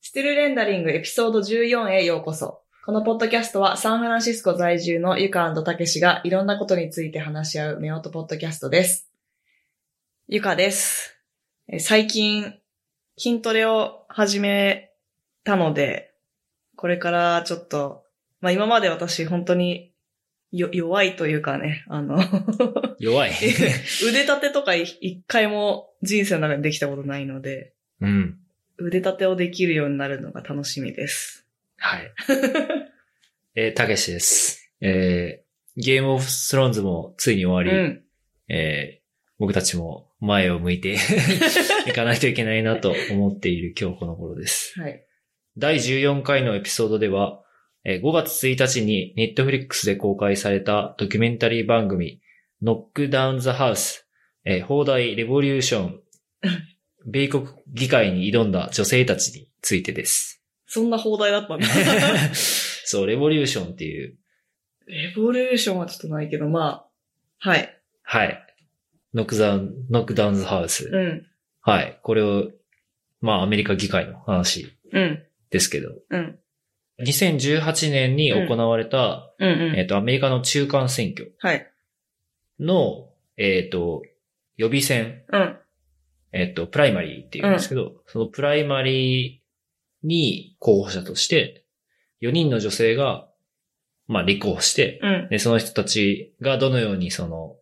ステルレンダリングエピソード14へようこそ。このポッドキャストはサンフランシスコ在住のゆかたけしがいろんなことについて話し合うメオトポッドキャストです。ゆかです。え最近、筋トレを始めたので、これからちょっと、まあ今まで私本当によ弱いというかね、あの、 弱い。腕立てとかい一回も人生の中にできたことないので、うん。腕立てをできるようになるのが楽しみです。はい。えー、たけしです。えー、ゲームオブスローンズもついに終わり、うん。えー、僕たちも前を向いて いかないといけないなと思っている今日この頃です。はい。第14回のエピソードでは、えー5月1日に Netflix で公開されたドキュメンタリー番組、ノックダウンザハウス、えー、放題レボリューション、米国議会に挑んだ女性たちについてです。そんな放題だったん だ。 そう、レボリューションっていう、レボリューションはちょっとないけど、まあ、はい。はい。ノックダウン、ノックダウンズハウス。うん。はい。これを、まあ、アメリカ議会の話うん。ですけど、うん。 2018年に行われた、うんえうっ、ん。と、アメリカの中間選挙。はい。の、えっ、と、予備選、うん。えっ、と、プライマリーっていうんですけど、そのプライマリーに候補者として、4人の女性が、まあ、立候補して、うん。で、その人たちがどのようにその、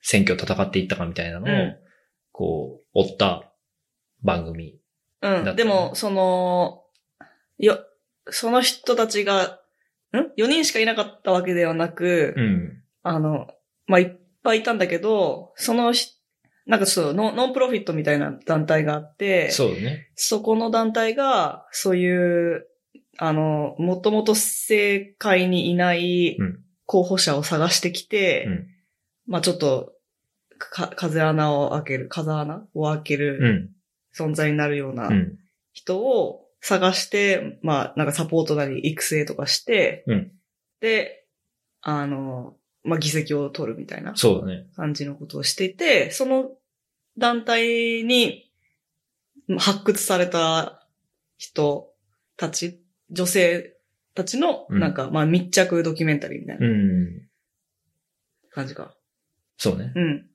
選挙を戦っていったかみたいなのを、うんこう、追った番組。うん。だっでてねも、その、よ、その人たちが、ん ?4 人しかいなかったわけではなく、うん。あの、まあ、いっぱいいたんだけど、そのし、なんかそう、ノンノンプロフィットみたいな団体があって、そうね。そこの団体が、そういう、あの、もともと政界にいないうん候補者を探してきて、うんまあちょっと、か、風穴を開ける、風穴を開けうるん。存在になるようなうん。人を探して、まあなんかサポートなり育成とかして、うんで、あの、まあ議席を取るみたいなそうだね。感じのことをしていて、その団体にまあ発掘された人たち、女性たちの、うん。なんか、まあ密着ドキュメンタリーみたいうなん感じか。そうね。うん。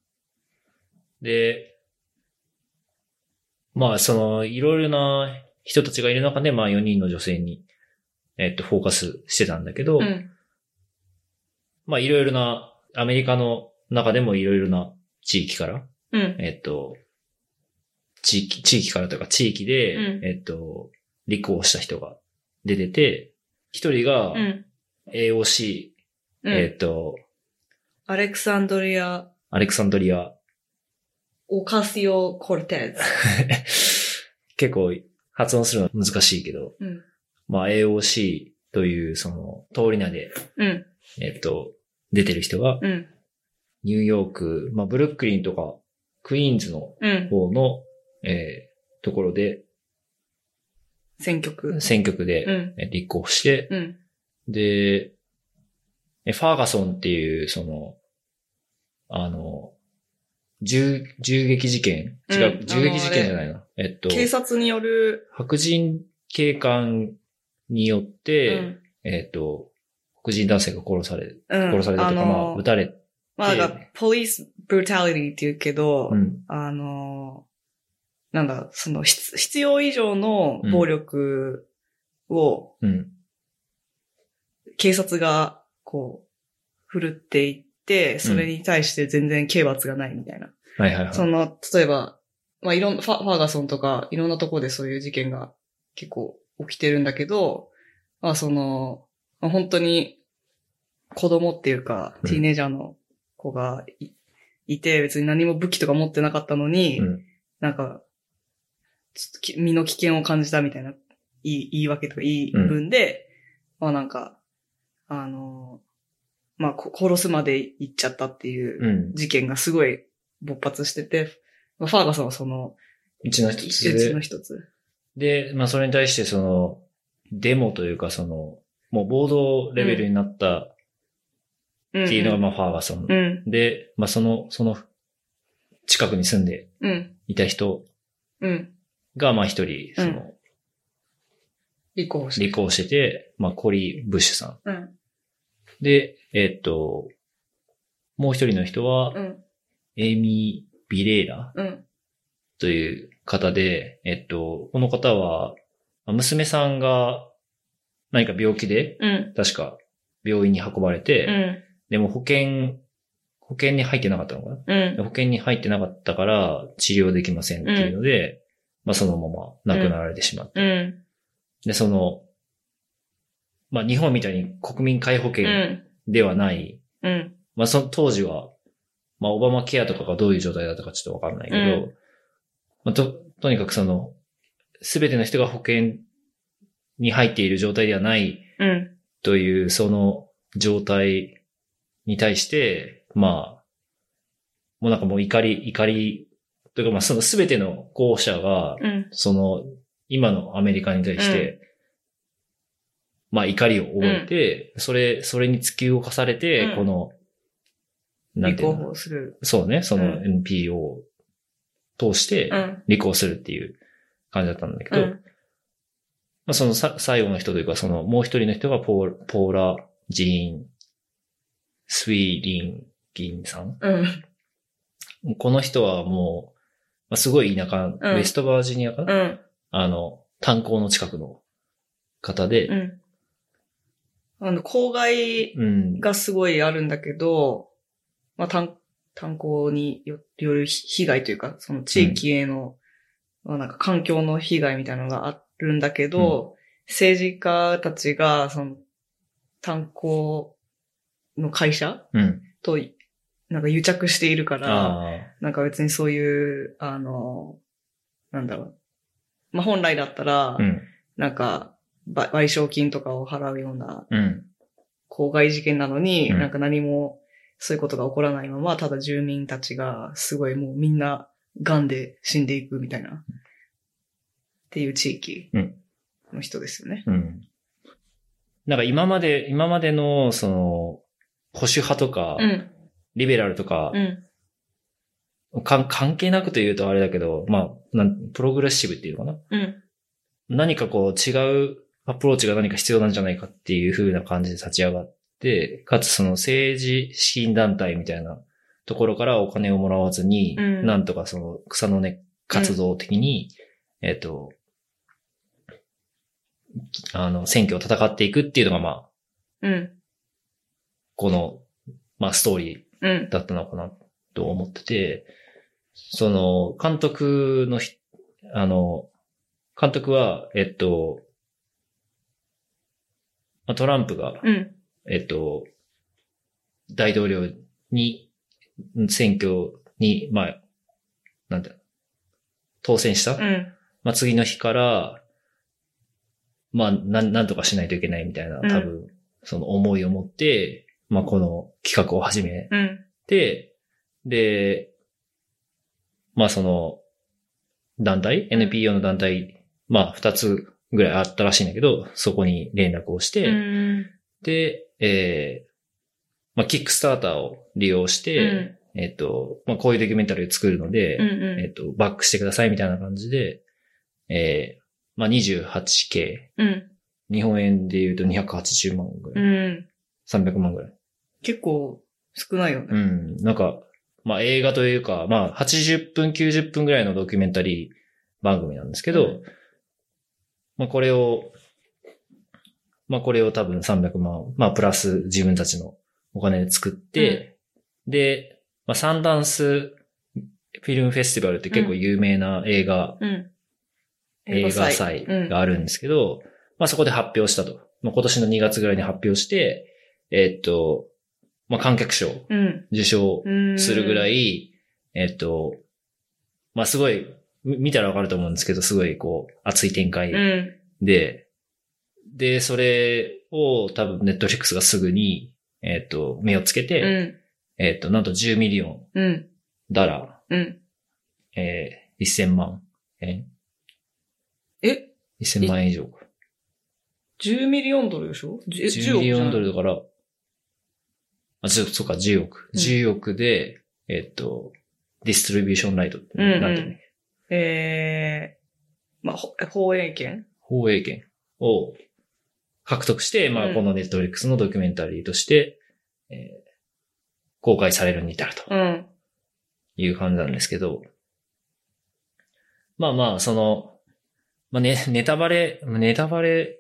で、まあ、その、いろいろな人たちがいる中で、まあ、4人の女性に、えっと、フォーカスしてたんだけど、うん。まあ、いろいろな、アメリカの中でもいろいろな地域から、うん。えっと、地域、地域からというか、地域で、うんえっと、立候補した人が出てて、一人がう、ん。 AOC、うんえっと、アレクサンドリア・アレクサンドリア、 オカシオ・コルテーズ。結構発音するの難しいけど、うん。まあ、AOC という、その、通り名で、うん。えっと、出てる人が、うん。ニューヨーク、まあ、ブルックリンとか、クイーンズのうん。方の、えーところで、選挙区。選挙区うで、ん。え立候補して、うん。で、えファーガソンっていう、その、あの、銃、銃撃事件違う、うん銃撃事件じゃないな。えっと、警察による、白人警官によっうて、ん。えっと、黒人男性が殺され、うん。殺されたとか、あまあ、の撃たれ、まあ、なんか、ポリス・ブルタリティって言うけど、うん、あのー、なんだ、その、必必要以上の暴力をうん、警察が、こう、振るっていって、それに対して全然刑罰がないみたいな。はいはいはい。その、例えば、まあ、いろんな、ファファーガソンとか、いろんなところでそういう事件が結構起きてるんだけど、まあ、その、まあ本当に子供っていうか、うんティーネイジャーの子がいいて、別に何も武器とか持ってなかったのに、うんなんか、ちょっとき身の危険を感じたみたいな、いい言い訳とか言いうん分で、まあなんか、あの、まあ、こ殺すまで行っちゃったっていううん。事件がすごい勃発してて、まあファーガソンはその、うちの一一つつので。一つ。で、まあそれに対してその、デモというかその、もう暴動レベルになったっうんていうのがまあファーガソンう。ん、で、まあその、その、近くに住んでうん、いた人うん、がまあ一人、その、立候補して。立候補してて、まあ、コリー・ブッシュさん。うん。で、えっと、もう一人の人はう、ん。エイミー・ビレーラうん。という方で、えっと、この方は、まあ娘さんが何か病気で、うん。確か病院に運ばれて、うん。でも保険、保険に入ってなかったのかなうん。保険に入ってなかったから治療できませんっていうので、まあそのまま亡くなられてしまった。うん。で、その、まあ日本みたいに国民皆保う険ん。ではない、うん。まあその当時は、まあオバマケアとかがどういう状態だったかちょっとわかんないけど、うまあと、とにかくその、すべての人が保険に入っている状態ではないうん。という、その状態に対して、まあ、もうなんかもう怒り、怒り、というかまあそのすべての候補者が、うん。その、今のアメリカに対して、まあ怒りを覚えて、それ、それに突き動かされて、うんこの、なん立てい候うの補する。そうね、そうの NPO を通してうん。履行するっていう感じだったんだけうど、ん。まあそのさ最後の人というか、そのもう一人の人がポーポーラ・ジーン・スウィーリン・ギンさんうん。この人はもう、まあ、すごい田舎、ウェストバージニアかな、うん。あの、炭鉱の近くの方で、うん。あの、公害うん。がすごいあるんだけど、まあ、炭、炭鉱によよる被害というか、その地域への、まあなんか環境の被害みたいなのがあるんだけど、政治家たちが、その、炭鉱の会社うん。と、なんか癒着しているから、あなんか別にそういう、あの、なんだろう。まあ、本来だったらあ。う、ん。なんか、ば賠償金とかを払うようなうん。公害事件なのに、うんなんか何もそういうことが起こらないまま、ただ住民たちがすごいもうみんな癌で死んでいくみたいな、っていう地域うんの人ですよね。うん。なんか今まで、今までの、その、保守派とか、うん、リベラルとかう、ん、かん関係なくというとあれだけど、まあなん、プログレッシブっていうのかなうん、何かこう違うアプローチが何か必要なんじゃないかっていう風な感じで立ち上がって、かつその政治資金団体みたいなところからお金をもらわずに、うんなんとかその草の根活動的に、えっ、と、あの、選挙を戦っていくっていうのがまあ、うん、この、まあストーリーうん、だったのかなと思ってて、その、監督のひ、あの、監督は、えっと、まあトランプが、うん、えっと、大統領に、ん選挙に、まあ、なんて、当選した、うん、まあ、次の日から、まあ、なん、なんとかしないといけないみたいな、多分、その思いを持って、まあ、この企画を始め、うん、で、で、まあその、団体、うん NPO の団体、まあ二つぐらいあったらしいんだけど、そこに連絡をして、うん、で、えー、まあキックスターターを利用して、えっと、まあこういうドキュメンタリーを作るので、えっと、バックしてくださいみたいな感じで、えー、まあ 28K、うん、日本円で言うと280万ぐらい、うん、 300万ぐらい。結構少ないよね。うん。なんか、まあ映画というか、まあ80分、90分ぐらいのドキュメンタリー番組なんですけど、うんまあこれを、まあこれを多分300万、まあプラス自分たちのお金で作って、で、まあサンダンスフィルムフェスティバルって結構有名な映画、うん。映画祭があるんですけど、まあそこで発表したと。まあ今年の2月ぐらいに発表して、えっと、まあ観客賞うん、受賞うん。するぐらい。い、えっと、まあ、すごい、み見たらわかると思うんですけど、すごいこう、熱い展開うん、で、で、それを多分ネットフリックスがすぐに、えっと、目をつけうて、ん、えっと、なんと10ミリオンうん、ダラうん。ー、えー、1000万円え ?1000 万円以上か。 10ミリオンドルでしょじゅえ10ミリオンドル10億だから、あ、ちょ、そうか、10億。うん10億で、えっと、ディストリビューションライトって、うんうんなんていうのええまあ、ほ放映権放映権。を獲得して、まうあ、んこのネットフリックスのドキュメンタリーとして、えー公開されるに至るとうん。 いう感じなんですけど、まあまあ、その、まあね、ネタバレ、ネタバレ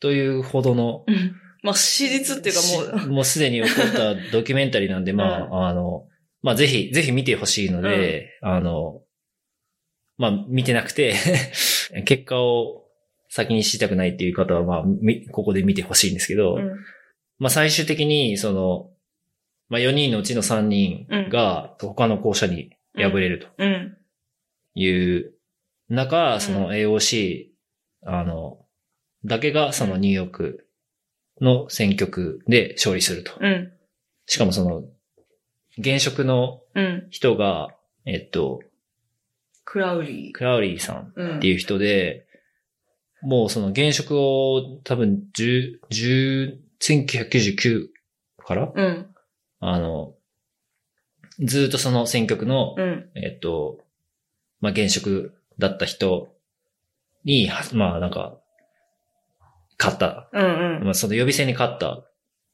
というほどのうんまあ、史実っていうかもしう、もうすでに起こったドキュメンタリーなんで、まあ、あの、まあ、ぜひ、ぜひ見てほしいので、あの、まあ、見てなくて、 結果を先に知りたくないっていう方は、まあ、みここで見てほしいんですけど、うんまあ、最終的に、その、まあ、4人のうちの3人が、他の校舎に敗れるとうん。いう中、そうの AOC、あの、だけが、そのニューヨークの選挙区で勝利すると。うん。しかもその、現職のうん。人が、えっと、クラウリクラウリーさー。んうん。っていう人で、もうその現職を多分10、10、1999から、うん。あの、ずーっとその選挙区の、うん。えっと、まあ、現職だった人に、はまあなんか、勝った。うん。うん。まあその予備選に勝った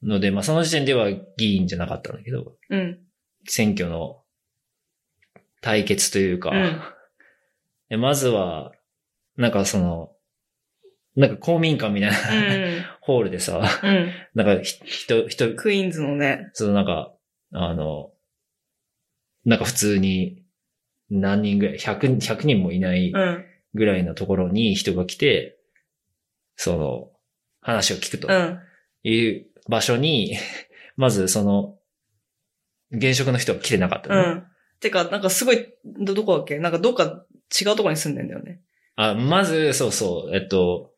ので、まあその時点では議員じゃなかったんだけど、うん。選挙の対決というか、うんでまずは、なんかその、なんか公民館みたいな、 うん。ホールでさ、うん。なんかひ人、人、クイーンズのね。そのなんか、あの、なんか普通に何人ぐらい、100, 100人もいないうん。ぐらいのところに人が来て、その、話を聞くとうん。いう場所に、 まずその、現職の人は来てなかった、うねん。てか、なんかすごい、ど、どこだっけなんかどっか違うとこに住んでんだよね。あ、まず、そうそう、えっと、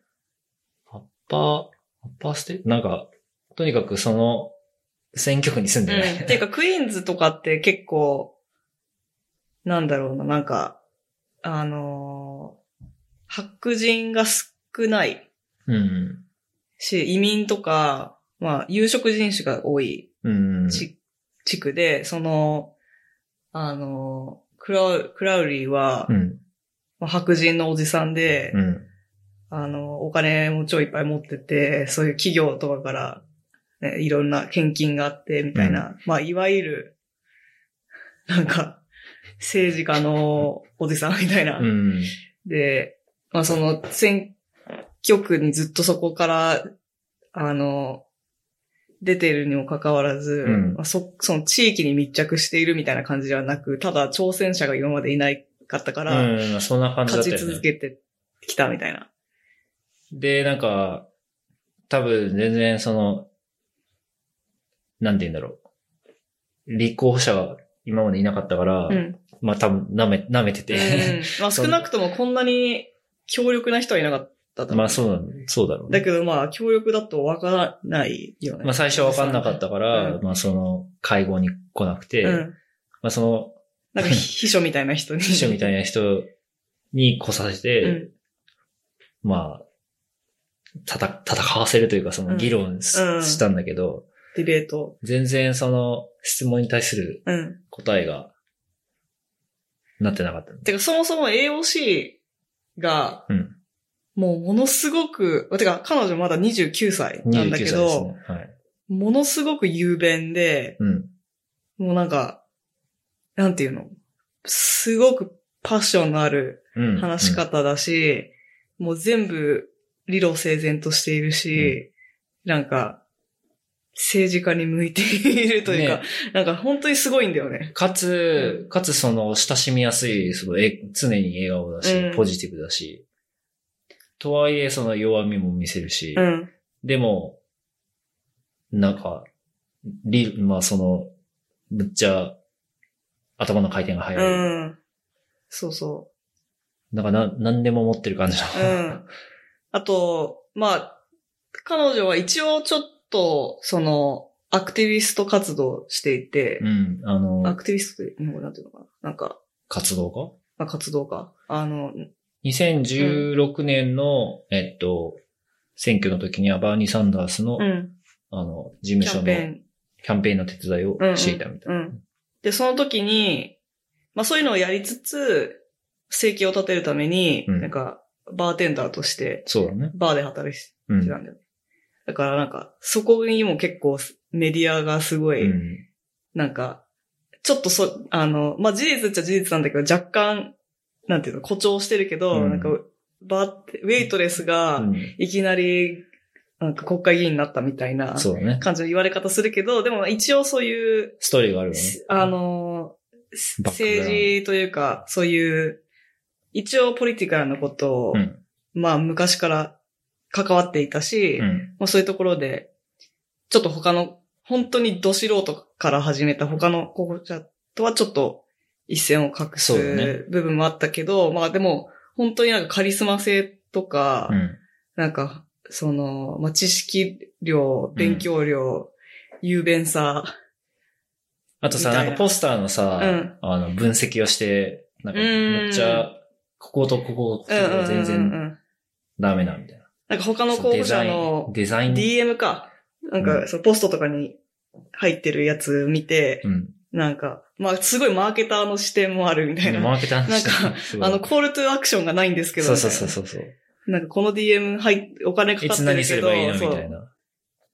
アッパー、アッパーステなんか、とにかくその、選挙区に住んでない。うん。てか、クイーンズとかって結構、なんだろうな、なんか、あのー白人が少ない うん。し、移民とか、まあ、有色人種が多いうん。地地区で、その、あのークラウ、クラウリーは、うん。まあ白人のおじさんで、うん。あの、お金も超いっぱい持ってて、そういう企業とかから、ね、いろんな献金があって、みたいな、まあ、いわゆる、なんか、政治家のおじさんみたいな。うん。で、まあ、その、選挙区にずっとそこから、あの、出てるにもかかわらず、うんまあ、そ、その地域に密着しているみたいな感じではなく、ただ挑戦者が今までいないかったから、うん、そんな感じだ勝ったちよ続ね。けてきたみたいな。で、なんか、多分全然その、なんて言うんだろう。立候補者が今までいなかったから、うん。まあ多分舐め、舐めてて。うんまあ 少そのなくともこんなに強力な人はいなかったと思う まあそうだ、そうだろうねだけどまあ強力だとわからないよね。まあ最初わかんなかったから、うまあその会合に来なくて、うん。まあそのなん か秘書みたいな人に。秘書みたいな人に来させて、うんまあ、たた、戦わせるというかその議論し,、うんたんだけど、ディベート。全然その質問に対するうん。答えがなってなかった。てかそもそも AOC がうん。もうものすごく、てか彼女まだ29歳なんだけ29歳ですど、ね。はい。ものすごく雄弁で、うん。もうなんか、なんていうのすごくパッションのあるうん。話し方だし、もう全部理路整然としているし、なんか、政治家に向いているというか、ねなんか本当にすごいんだよね。かつ、かつその親しみやすい、そのえ常に笑顔だし、うんポジティブだし、とはいえその弱みも見せるし、うん。でも、なんか、り、まあその、むっちゃ頭の回転が速い。うん。そうそなんかな、なんでも持ってる感じう。うん。あと、まあ、彼女は一応ちょっと、その、アクティビスト活動をしていての。、 うん、あアの、クティビストって日本語なんていうのかななんか、活動家まあ、活動家。あの、 2016年の、えっと、選挙の時にはバーニー・サンダースの、うん。あの、事務キャ所ンのペキーャンンペーンの手伝いをしていたみたいうな。ん。で、その時に、まあそういうのをやりつつ、生計を立てるために、うんなんか、バーテンダーとして、そうだね。バーで働いてうたんんだよね。だからなんか、そこにも結構メディアがすごうい、ん。なんか、ちょっとそ、あの、まあ、事実っちゃ事実なんだけど、若干、なんていうの、誇張してるけど、うんなんか、バーテ、ウェイトレスが、うんいきなり、なんか国会議員になったみたいなそうだね。感じの言われ方するけど、でも一応そういう、ストーリーがあるよね。あの、すバックグラウンド政治というか、そういう、一応ポリティカルなことを、うん。まあ昔から関わっていたし、うん。まあそういうところで、ちょっと他の、本当にど素人から始めた他の候補者とはちょっと一線を画すそうだね部分もあったけど、まあでも、本当になんかカリスマ性とか、うん。なんか、その、まあ、知識量、勉強量、雄弁さ、あとさ、みたないなんかポスターのさうん、あの、分析をして、なんか、うんめっちゃ、こことこことここうんうんうんうがん全然ダメなんだよ。なんか他のそう候デ補者ザイン、のデザイン。 DM か。なんうか、んそのポストとかに入ってるやつ見て、うん。なんか、まあ、すごいマーケターの視点もあるみたいな。でマーケターの人なんかすごいあの、コールトゥーアクションがないんですけど。そうそうそうみたいそうそう。な。なんか、この DM 入っお金かいかっつて何るすけれどばいいの、みそ。たいうな。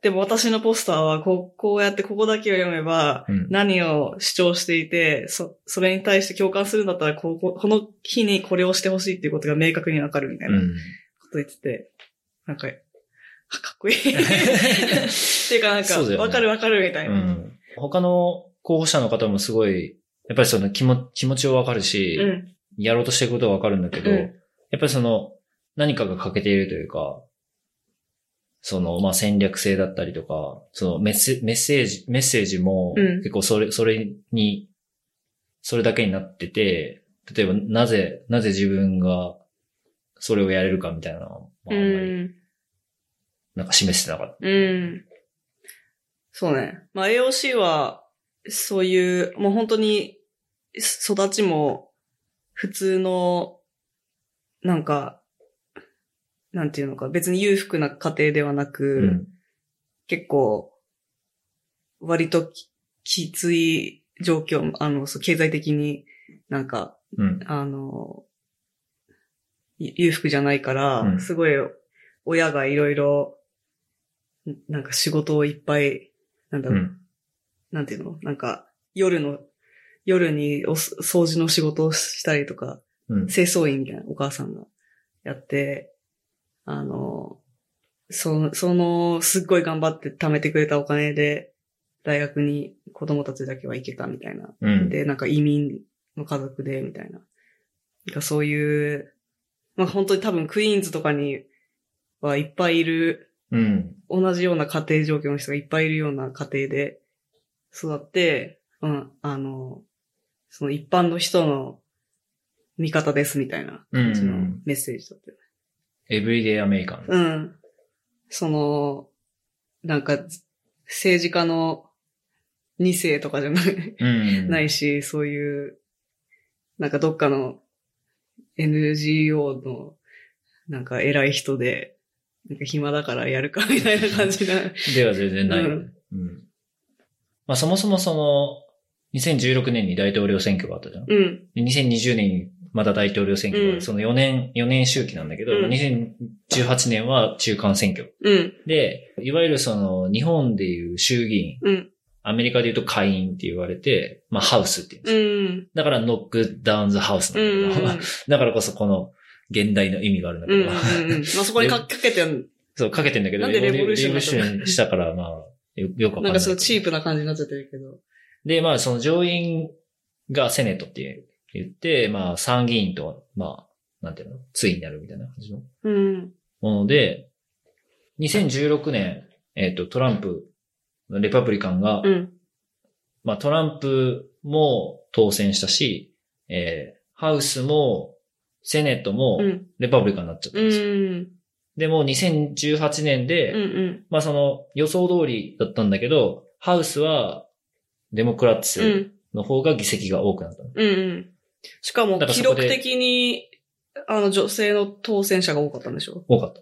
でも私のポスターは、こう、こうやってここだけを読めば、うん。。何を主張していて、そ、それに対して共感するんだったら、こうこ、この日にこれをしてほしいっていうことが明確にわかるみたいうなんこと言ってて、なんか、あかっ こいい。っていうかなんか、そうだよねわ、かるわかるみたいうな。うん。ん。他の候補者の方もすごい、やっぱりその気も気持ちをわかるし、やろうとしてることはわかるんだけど、うんやっぱりその、何かが欠けているというか、その、まあ、戦略性だったりとか、そのメッセ、メッセージ、メッセージも、うん結構それ、それに、それだけになってて、例えば、なぜ、なぜ自分が、それをやれるかみたいなのは、まああんまり、ん。なんか示してなかっうん。そうね。まあ AOC は、そういう、もう本当に、す育ちも、普通の、なんか、なんていうのか、別に裕福な家庭ではなた。く、結構、割とききつい状況、あの、そう経済的になんか、うん。あの、ゆ裕福じゃないから、うんすごい親がいろいろ、んなんか仕事をいっぱい、なんだうろう、ん。なんていうのなんか、夜の、夜におす掃除の仕事をしたりとか、うん。清掃員みたいなお母さんがやって、あの、その、その、すっごい頑張って貯めてくれたお金で、大学に子供たちだけは行けたみたいな。うん。で、なんか移民の家族で、みたいな。なんかそういう、まあ本当に多分クイーンズとかにはいっぱいいる、うん。同じような家庭状況の人がいっぱいいるような家庭で育って、うん、あの、その一般の人の味方ですみたいなうん。そのメッセージだったよね。エブリデイアメリカン。うん。その、なんか、政治家の2世とかじゃない,、うん。ないし、そういう、なんかどっかの NGO の、なんか偉い人で、なんか暇だからやるかみたいな感じな。では全然ない。ううんん。まあそもそもその、2016年に大統領選挙があったじゃん。うん。で2020年にまだ大統領選挙がある、うんその4年、4年周期なんだけど、うん2018年は中間選挙。うん。で、いわゆるその、日本でいう衆議院、うん。アメリカでいうと下院って言われて、まあハウスって言うんですうよん。だからノックダウンズハウスうんなんだけど、 だからこそこの現代の意味があるんだうけん。ど、まあそこにかかけてる、そう、かけてんだけど、なんでレボリューションレボリューションしたから、まあ、よよくわかんな。ないんかすごいチープな感じになっちゃってるけど。で、まあ、その上院がセネットって言って、まあ、参議院と、まあ、なんていうの対になるみたいな感じのうん。もので、2016年、えっ、と、トランプ、レパブリカンが、うん。まあ、トランプも当選したし、えーハウスも、セネットもう、ん。レパブリカンになっちゃったうんですよ。ん。でも、2018年で、うん。まあ、その、予想通りだったんだけど、ハウスは、デモクラッツうん。の方が議席が多くなったの。うんうん。しかも、だから記そこ録で的に、あの、女性の当選者が多かったんでしょ多かった。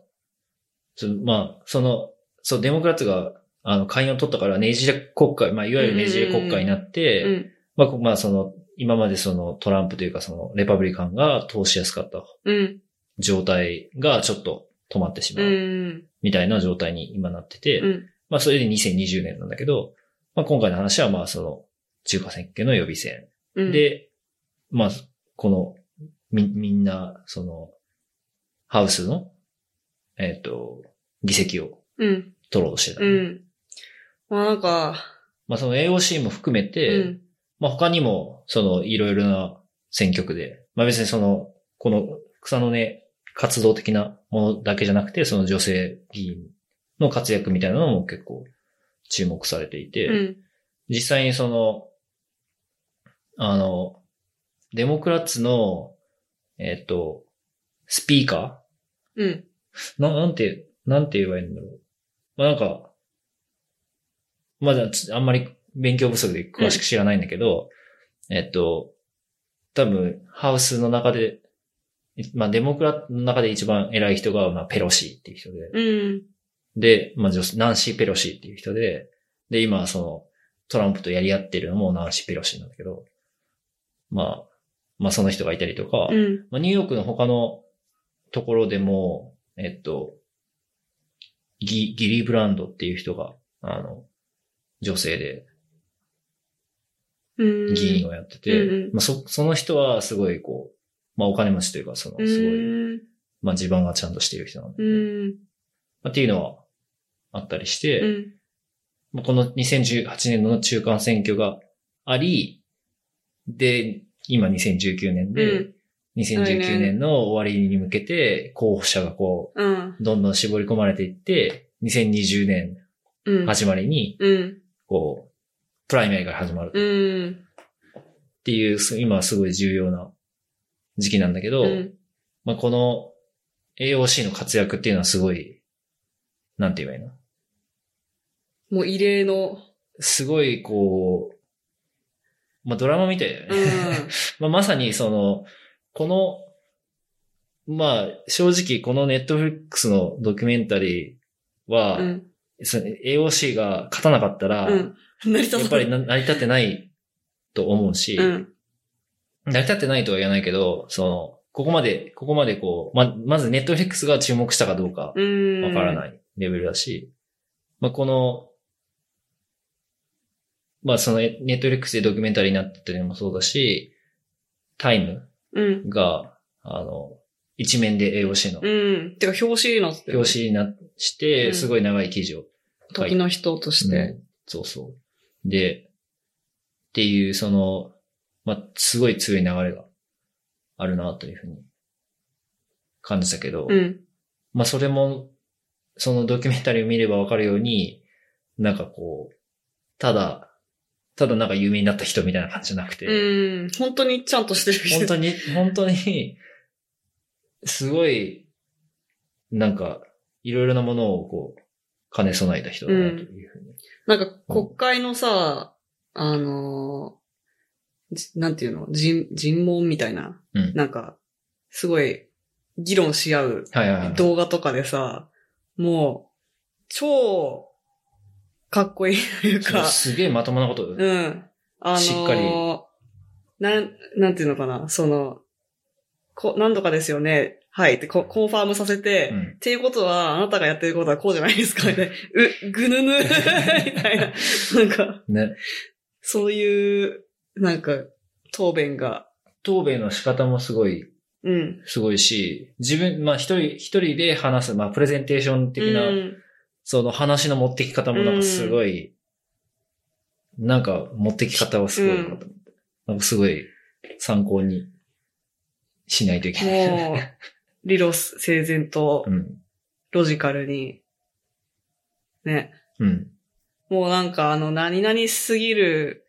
そのまあ、その、そう、デモクラッツが、あの、会員を取ったから、ねじれ国会、まあ、いわゆるねじれ国会になっうて、ん。まあ、こまあ、その、今までその、トランプというか、その、レパブリカンが通しやすかったうん。状態がちょっと止まってしまうう、ん。みたいな状態に今なってて、うん。まあそれで2020年なんだけど、まあ今回の話はまあその中華選挙の予備選。うん、で、まあこのみ、みんな、その、ハウスの、えっ、と、議席をうん。取ろうとしてた、うん。まあなんか、まあその AOC も含めうて、ん。まあ他にも、そのいろいろな選挙区で、まあ別にその、この草の根活動的なものだけじゃなくて、その女性議員の活躍みたいなのも結構注目されていて、うん。実際にその、あの、デモクラッツの、えっ、と、スピーカうん。ーな、なんて、なんて言えばいいんだろう。まあなんか、まだつあんまり勉強不足で詳しく知らないんだけど、えっと、多分、ハウスの中で、まあデモクラットの中で一番偉い人が、まあペロシっていう人で、うん。で、まあ、女性ナンシー・ペロシっていう人で、で、今、その、トランプとやり合ってるのもナンシー・ペロシなんだけど、まあ、まあ、その人がいたりとか、うん。まあ、ニューヨークの他のところでも、えっと、ギギリー・ブランドっていう人が、あの、女性でうん。議員をやってて、うんうんまあ、そ、その人はすごい、こう、まあ、お金持ちというか、その、うすごい、ん。まあ、地盤がちゃんとしている人なんで、うん。まあ、っていうのはあったりして、うん。まあこの2018年の中間選挙があり、で、今2019年うでん、 2019年の終わりに向けて、候補者がこうん。う、どんどん絞り込まれていって、2020年うん。始まりに、うん。こう、プライマリーが始まるっうん。ていう、す今すごい重要な時期なんだけど、うん。まあ、この AOC の活躍っていうのはすごい、なんて言えばいいのもう異例の。すごい、こう、まあ、ドラマみたいだよね。うまあ、まさにその、この、まあ、正直このネットフリックスのドキュメンタリーは、ん。うん。その AOC が勝たなかったら、うん。成田さん。やっぱりな成り立ってないと思うし、うん。成り立ってないとは言わないけど、その、ここまで、ここまでこう、ま、まずネットフリックスが注目したかどうかうん。。わからないいレベルだし、まあ、この、まあ、そのネットフリックスでドキュメンタリーになってたのもそうだし、タイムうん。が、あの、一面で AOC のうん。てか、表紙になってる表紙になして、うんすごい長い記事を書い、時の人としてて。そうそう。で、っていう、その、まあ、すごい強い流れがあるな、というふうに感じたけど、うん。まあ、それも、そのドキュメンタリーを見ればわかるように、なんかこう、ただ、ただなんか有名になった人みたいな感じじゃなくて、うん。本当にちゃんとしてる人。本 当に、本当に、すごい、なんか、いろいろなものをこう、兼ね備えた人だなというふうに。なんか国会のさ、あのーじなんていうの尋、尋問みたいな。うんなんか、すごい、議論し合うはいはいはい。動画とかでさ、もう、超、かっこいいというそうか、すげえまともなこと。うん。あのーしっかりなん、なんていうのかな、その、こ、何度かですよね。はい。ってこ、コンファームさせて、うんっていうことは、あなたがやってることはこうじゃないですかみたいな。 う、ぐぬ ぬみたいな。なんか、ね。そういう、なんか、答弁が。答弁の仕方もすごい、うん。すごいし、自分、まあ一人、一人で話す、まあプレゼンテーション的な、うんその話の持ってき方もなんかすごい、なんか持ってき方はすごいなと思って、なんかすごい参考にしないといけない。もう、理路整然とう、ん。ロジカルに。ね。うん。もうなんか、あの、何々すぎる、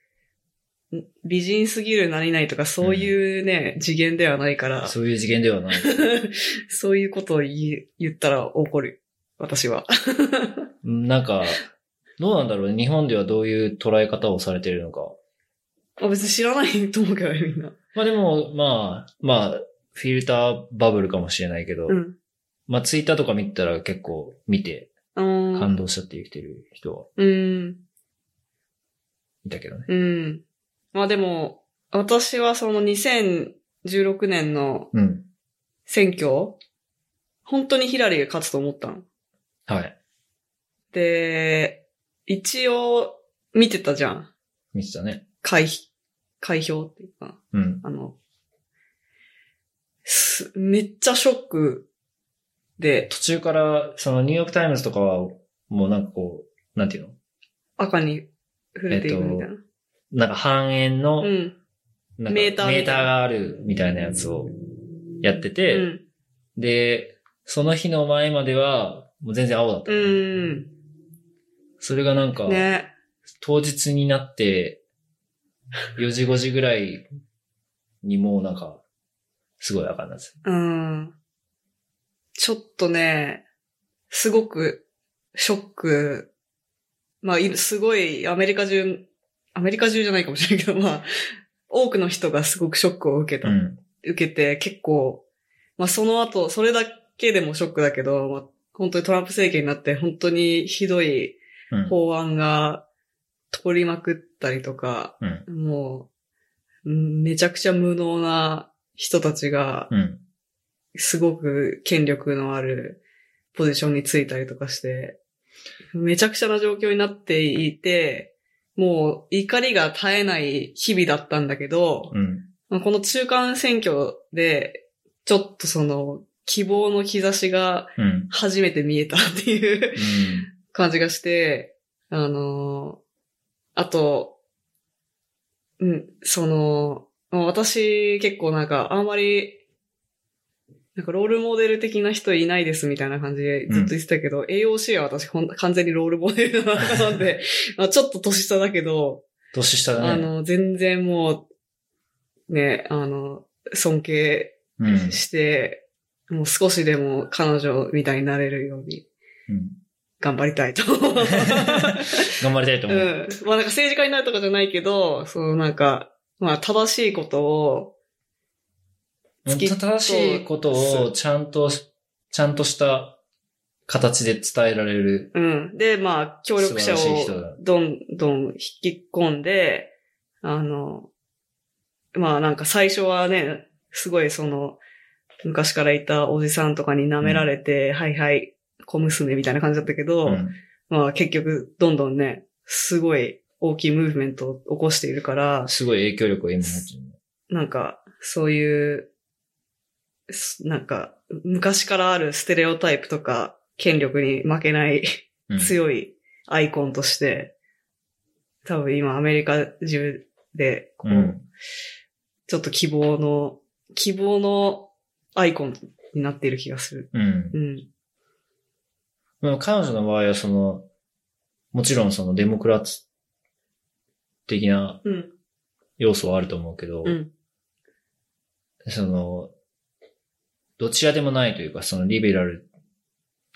ん美人すぎる何々とか、そういうね、次元ではないから、 そういう次元ではない。そういうことを言言ったら怒る。私は。うんなんか、どうなんだろうね。日本ではどういう捉え方をされてるのか。あ別に知らないと思うけどね、みんな。まあでも、まあ、まあ、フィルターバブルかもしれないけど、うん。まあツイッターとか見てたら結構見てう感ん。動したって言ってる人はうん。いたけどね。うん。まあでも、私はその2016年のうん。選挙本当にヒラリーが勝つと思ったの。はい。で、一応見てたじゃん。見てたね。開、開票っていうか、うん。あの、すめっちゃショックで、途中から、そのニューヨークタイムズとかは、もうなんかこう、なんていうの赤に触れていくみたいな。なんか半円の、うん。なんかメーターみたいなメーターがあるみたいなやつをやってうて、ん。で、その日の前までは、もう全然青だった。うん。それがなんか、ね。当日になって、4時5時ぐらいにもうなんか、すごい赤になってうん。ちょっとね、すごくショック。まあ、いすごいアメリカ中、アメリカ中じゃないかもしれないけど、まあ、多くの人がすごくショックを受けた。たうん。受けて結構、まあその後、それだけでもショックだけど、まあ、本当にトランプ政権になって本当にひどいうん。法案が通りまくったりとか、うん。もう、うんめちゃくちゃ無能な人たちがうん。すごく権力のあるポジションについたりとかして、めちゃくちゃな状況になっていて、もう怒りが絶えない日々だったんだけど、うん。まあこの中間選挙で、ちょっとその、希望の兆しがうん。初めて見えたっていう感じがして、あのーあと、うん、その、まあ私結構なんかあんまり、なんかロールモデル的な人いないですみたいな感じでずっと言ってたけど、AOC は私ほん完全にロールモデルなんで、まあちょっと年下だけど、年下あだね。の、全然もう、ね、あの、尊敬うん。して、もう少しでも彼女みたいになれるようにうん頑張りたいと。頑張りたいとう思う。ん。まあなんか政治家になるとかじゃないけど、そのなんか、まあ正しいことを、うん突き正しいことをちゃんと、ちゃんとした形で伝えられる。うん。で、まあ協力者を素晴らしい人だどんどん引き込んで、あの、まあなんか最初はね、すごいその、昔からいたおじさんとかに舐められて、はいはい、小娘みたいな感じだったけど、うんまあ結局どんどんね、すごい大きいムーブメントを起こしているから、すごい影響力を今持ってるね。なんかそういう、すなんか昔からあるステレオタイプとか、権力に負けないうん強いアイコンとして、多分今アメリカ中で、こう、うんちょっと希望の、希望のアイコンになっている気がする。うんうん。でも彼女の場合はその、もちろんそのデモクラッツ的なうん。要素はあると思うけど、うん。その、どちらでもないというか、そのリベラル、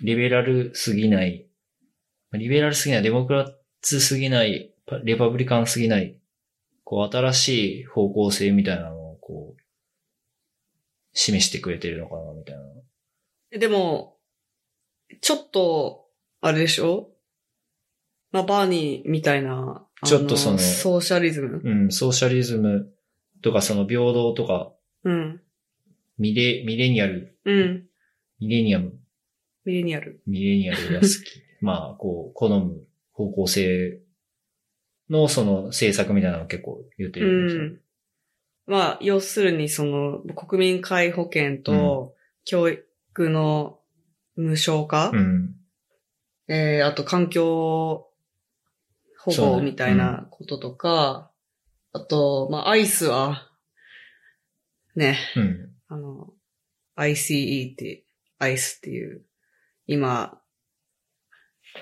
リベラルすぎない、リベラルすぎない、デモクラッツすぎない、パレパブリカンすぎない、こう新しい方向性みたいなのをこう、示してくれてるのかな、みたいな。でも、ちょっと、あれでしょまあ、バーニーみたいな、あちょっとそのソーシャリズム。うん、ソーシャリズムとかその平等とか、うん。ミレ、ミレニアルうん。ミレニアム、ミレニアル。ミレニアルが好き。まあ、こう、好む方向性のその政策みたいなのを結構言ってうるんでん。まあ、要するに、その、国民皆保険と、教育の無償化、すよ。うん。えー、あと環境保そう護ねみたいなこととか、あと、まあ、アイスは、ね、うん。あの、ICE って、アイスっていう、今、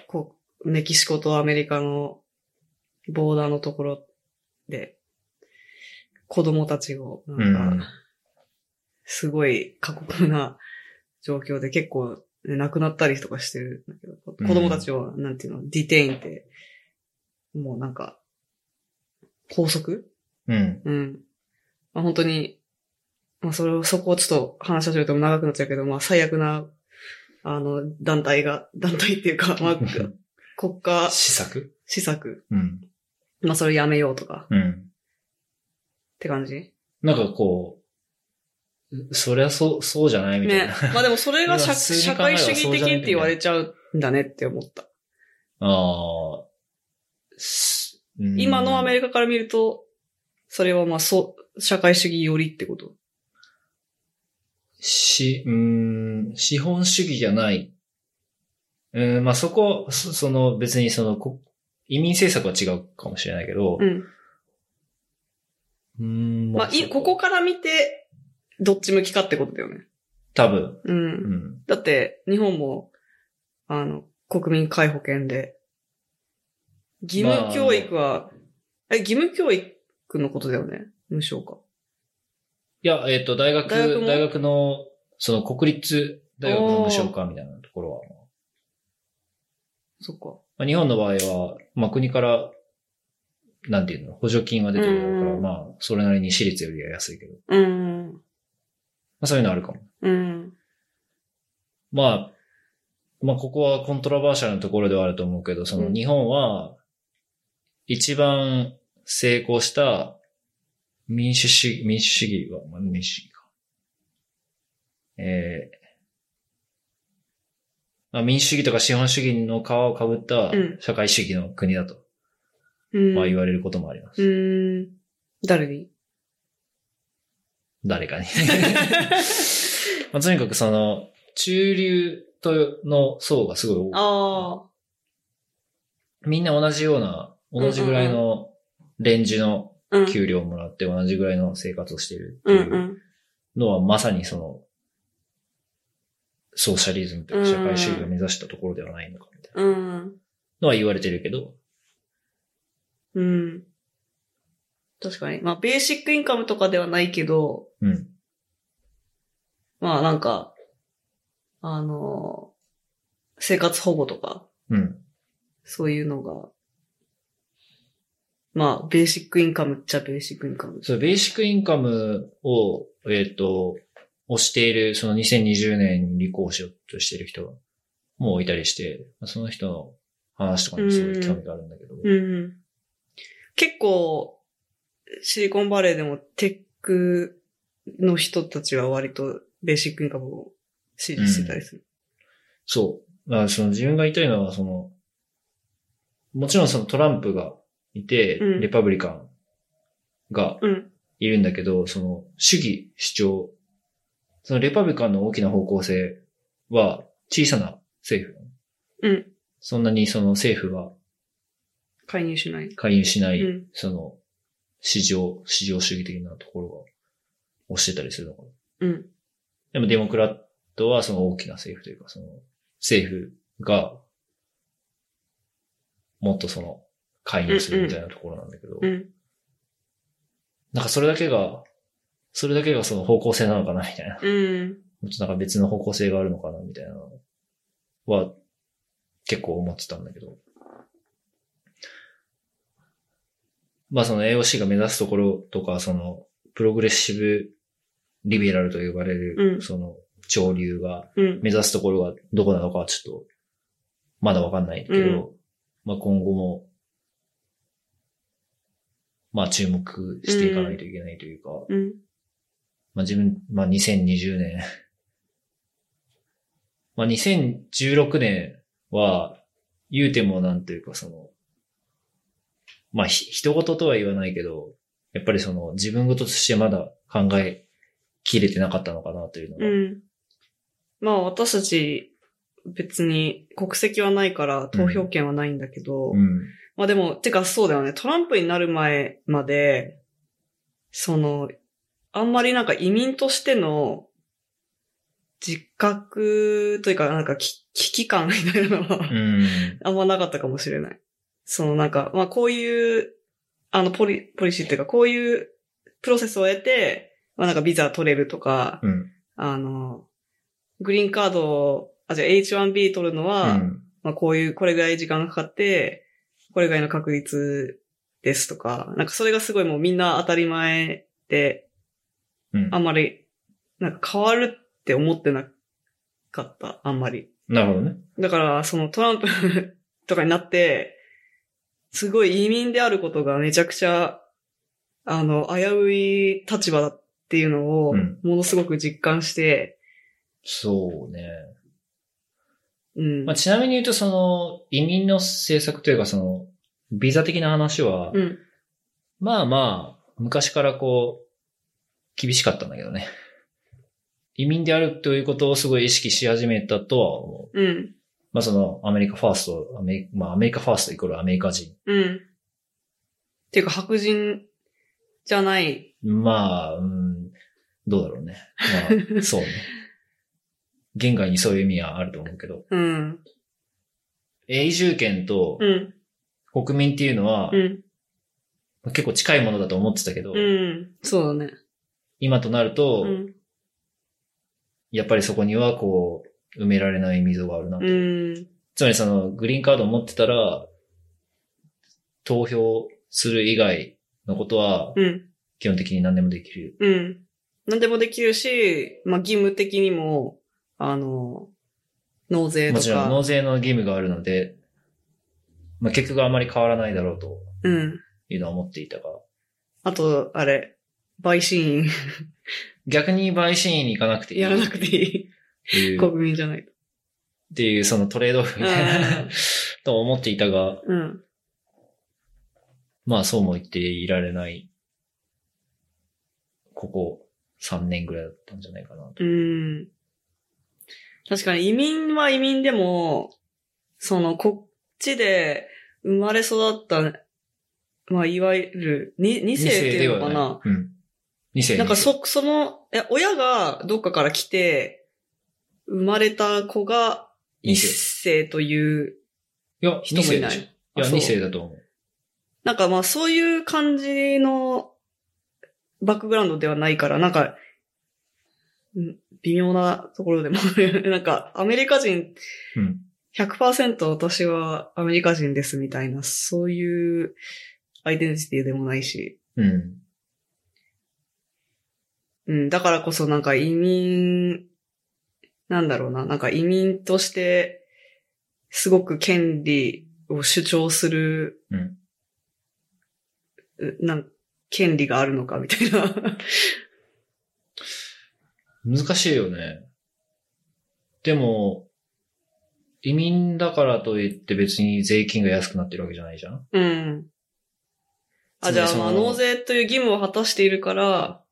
こう、メキシコとアメリカのボーダーのところで、子供たちを、なうんんか、すごい過酷な状況で結構、ね亡くなったりとかしてるんだけど、子う供んたちを、なんていうの、ディテインって、もうなんか、拘束うん。うん。まあ、本当に、まあ、それを、そこをちょっと話し始めても長くなっちゃうけど、まあ、最悪な、あの、団体が、団体っていうか、まあ、国家施策施策。うん。まあ、それやめようとか、っうん。て感じなんかこう、そりゃそう、そうじゃないみたいな。ね。まあでもそれが社普通に考え社れば会主義的って言われちゃうんだねって思った。ああ。すうん今のアメリカから見ると、それはまあそう、社会主義よりってこと。し、うーん、資本主義じゃない。うん、まあ、そこ、そその、別にその、こ移民政策は違うかもしれないけど、うん。うーん、まあ、いそここから見て、どっち向きかってことだよね。多分、う。うんん。だって、日本も、あの、国民皆保険で、義務教育は、え、義務教育のことだよね無償化。いや、えっ、と、大学、大大学学もの、その、国立大学の無償化みたいなところは、そっか。まあ、日本の場合は、まあ、国から、なんていうの、補助金が出てるから、うんまあ、それなりに私立よりは安いけど、まうん。あ、そういうのあるかも。うん。まあ、まあ、ここはコントラバーシャルなところではあると思うけど、そのうん日本は、一番成功した民主主義、民主主義は、まあ、民主主義か。えーまあ、民主主義とか資本主義の皮をかぶったうん社会主義の国だと、うん。まあ言われることもあります。うん。誰に誰 かに。まあ、とにかくその、中流との層がすごい多くてああ。みんな同じような、同じぐらいのレンジのうん。給料をもらって同じぐらいの生活をしているってうん。いううんのはまさにその、ソーシャリズムというか社会主義を目指したところではないのかみたいなうん。のは言われてるけど、うん。確かに。まあ、ベーシックインカムとかではないけど、うん。まあなんか、あのー生活保護とか、うん。そういうのが、まあ、ベーシックインカムっちゃベーシックインカム。そう、ベーシックインカムを、えっ、と、推している、その2020年に履行しようとしている人もいたりして、その人の話とかにすごい興味があるんだけど、うん。結構、シリコンバレーでもテックの人たちは割とベーシックインカムを支持してたりする。そう。まあ、その自分が言いたいのは、その、もちろんそのトランプがいて、うんレパブリカンがうん。いるんだけど、その主義主張、そのレパブリカンの大きな方向性は小さな政府。うん。そんなにその政府が介入しない。介入しない、うんその市場、市場主義的なところが推してたりするのかな。うん。でもデモクラットはその大きな政府というか、その政府がもっとその介入するみたいなところなんだけど、うん。なんかそれだけが、それだけがその方向性なのかなみたいな。うん。もっとなんか別の方向性があるのかなみたいなのは結構思ってたんだけど。まあその AOC が目指すところとか、そのプログレッシブリベラルと呼ばれうんる、その潮流がうん。目指すところがどこなのかはちょっと、まだわかんないけど、うんまあ今後も、まあ注目していかないといけないというか、うん。まあ自分、まあ2020年、 まあ2016年は、言うてもなんというかその、まあひ、人事とは言わないけど、やっぱりその自分事としてまだ考えきれてなかったのかなというのが、うん。まあ私たち別に国籍はないから投票権はないんだけど、うんまあでも、てかそうだよね、トランプになる前まで、その、あんまりなんか移民としての自覚というかなんかき危機感みたいなのは、うん。あんまなかったかもしれない。そのなんか、まあこういう、あのポリ、ポリシーっていうかこういうプロセスを得て、まあなんかビザ取れるとか、うん。あの、グリーンカードを、あ、じゃあ H1B 取るのは、うんまあこういう、これぐらい時間がかかって、これぐらいの確率ですとか、なんかそれがすごいもうみんな当たり前で、うんあんまり、なんか変わるって思ってなかった、あんまり。なるほどね。だから、そのトランプ とかになって、すごい移民であることがめちゃくちゃ、あの、危うい立場だっていうのをうん、ものすごく実感して、そうね。うん。まあ、ちなみに言うと、その、移民の政策というか、その、ビザ的な話は、うん。まあまあ、昔からこう、厳しかったんだけどね。移民であるということをすごい意識し始めたとは思う。うん。まあその、アメリカファースト、アメリカ、まあアメリカファーストイコールアメリカ人。うん。っていうか、白人じゃない。まあ、うん、どうだろうね。 まあ、そうね。言外にそういう意味はあると思うけど。うん。永住権とうん。国民っていうのはう、ん。結構近いものだと思ってたけど、うん。そうだね。今となると、うん。やっぱりそこにはこう、埋められない溝があるなと。うん。つまりその、グリーンカードを持ってたら、投票する以外のことは、うん。基本的に何でもできる。うん。何でもできるし、まあ、義務的にも、あの、納税もとちろんか。納税の義務があるので、まあ、結局あまり変わらないだろうとうん。いうのは思っていたが、あと、あれ、陪審員逆に陪審員に行かなくていいやらなっくていてい い。う、国民じゃないと。っていうそのトレードオフみたいうなん、 と思っていたが、うん。まあそうも言っていられない、ここ3年ぐらいだったんじゃないかなと。うん。確かに移民は移民でも、その、こっちで生まれ育った、まあ、いわゆる、に二世っていうのかな。二世ではうん。二世。なんか二世そ、その、え、親がどっかから来て、生まれた子が二一世世といういや、人も二い世でなしょ。いい。あや、そう二世だと思う。なんかまあそういう感じのバックグラウンドではないから、なんか、うん微妙なところでもあ る、なんかアメリカ人うん。 100%私はアメリカ人ですみたいな、そういうアイデンティティでもないし、うん。うん、だからこそなんか移民、なんだろうな、なんか移民としてすごく権利を主張する、うんうなん権利があるのかみたいな。 難しいよね。でも、移民だからといって別に税金が安くなってるわけじゃないじゃんうん。あ、つじまゃあ、りそのまあ、納資税という義務を果たしているから、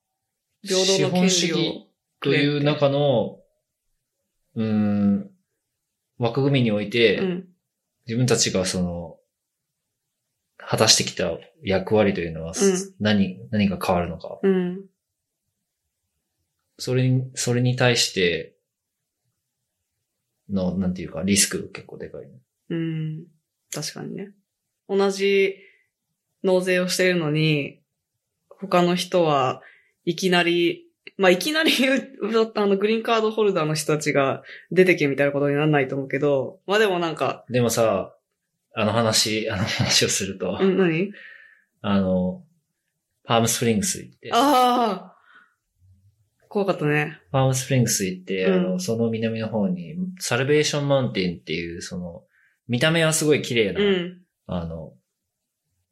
平等の権資本主利義を。という中の、うーん、枠組みにおいて、うん。自分たちがその、果たしてきた役割というのうは、ん何、何が変わるのか。うん。それに、それに対して、の、なんていうか、リスク結構でかい、ね。うん。確かにね。同じ納税をしているのに、他の人はいきなり、まあ、いきなり、 うあの、グリーンカードホルダーの人たちが出てけみたいなことにならないと思うけど、まあ、でもなんか、でもさ、あの話、あの話をすると、うん、何あの、パームスプリングス行って、ああ怖かったね。パームスプリングス行って、うんあの、その南の方に、サルベーションマウンテンっていう、その、見た目はすごい綺麗な、うん。あの、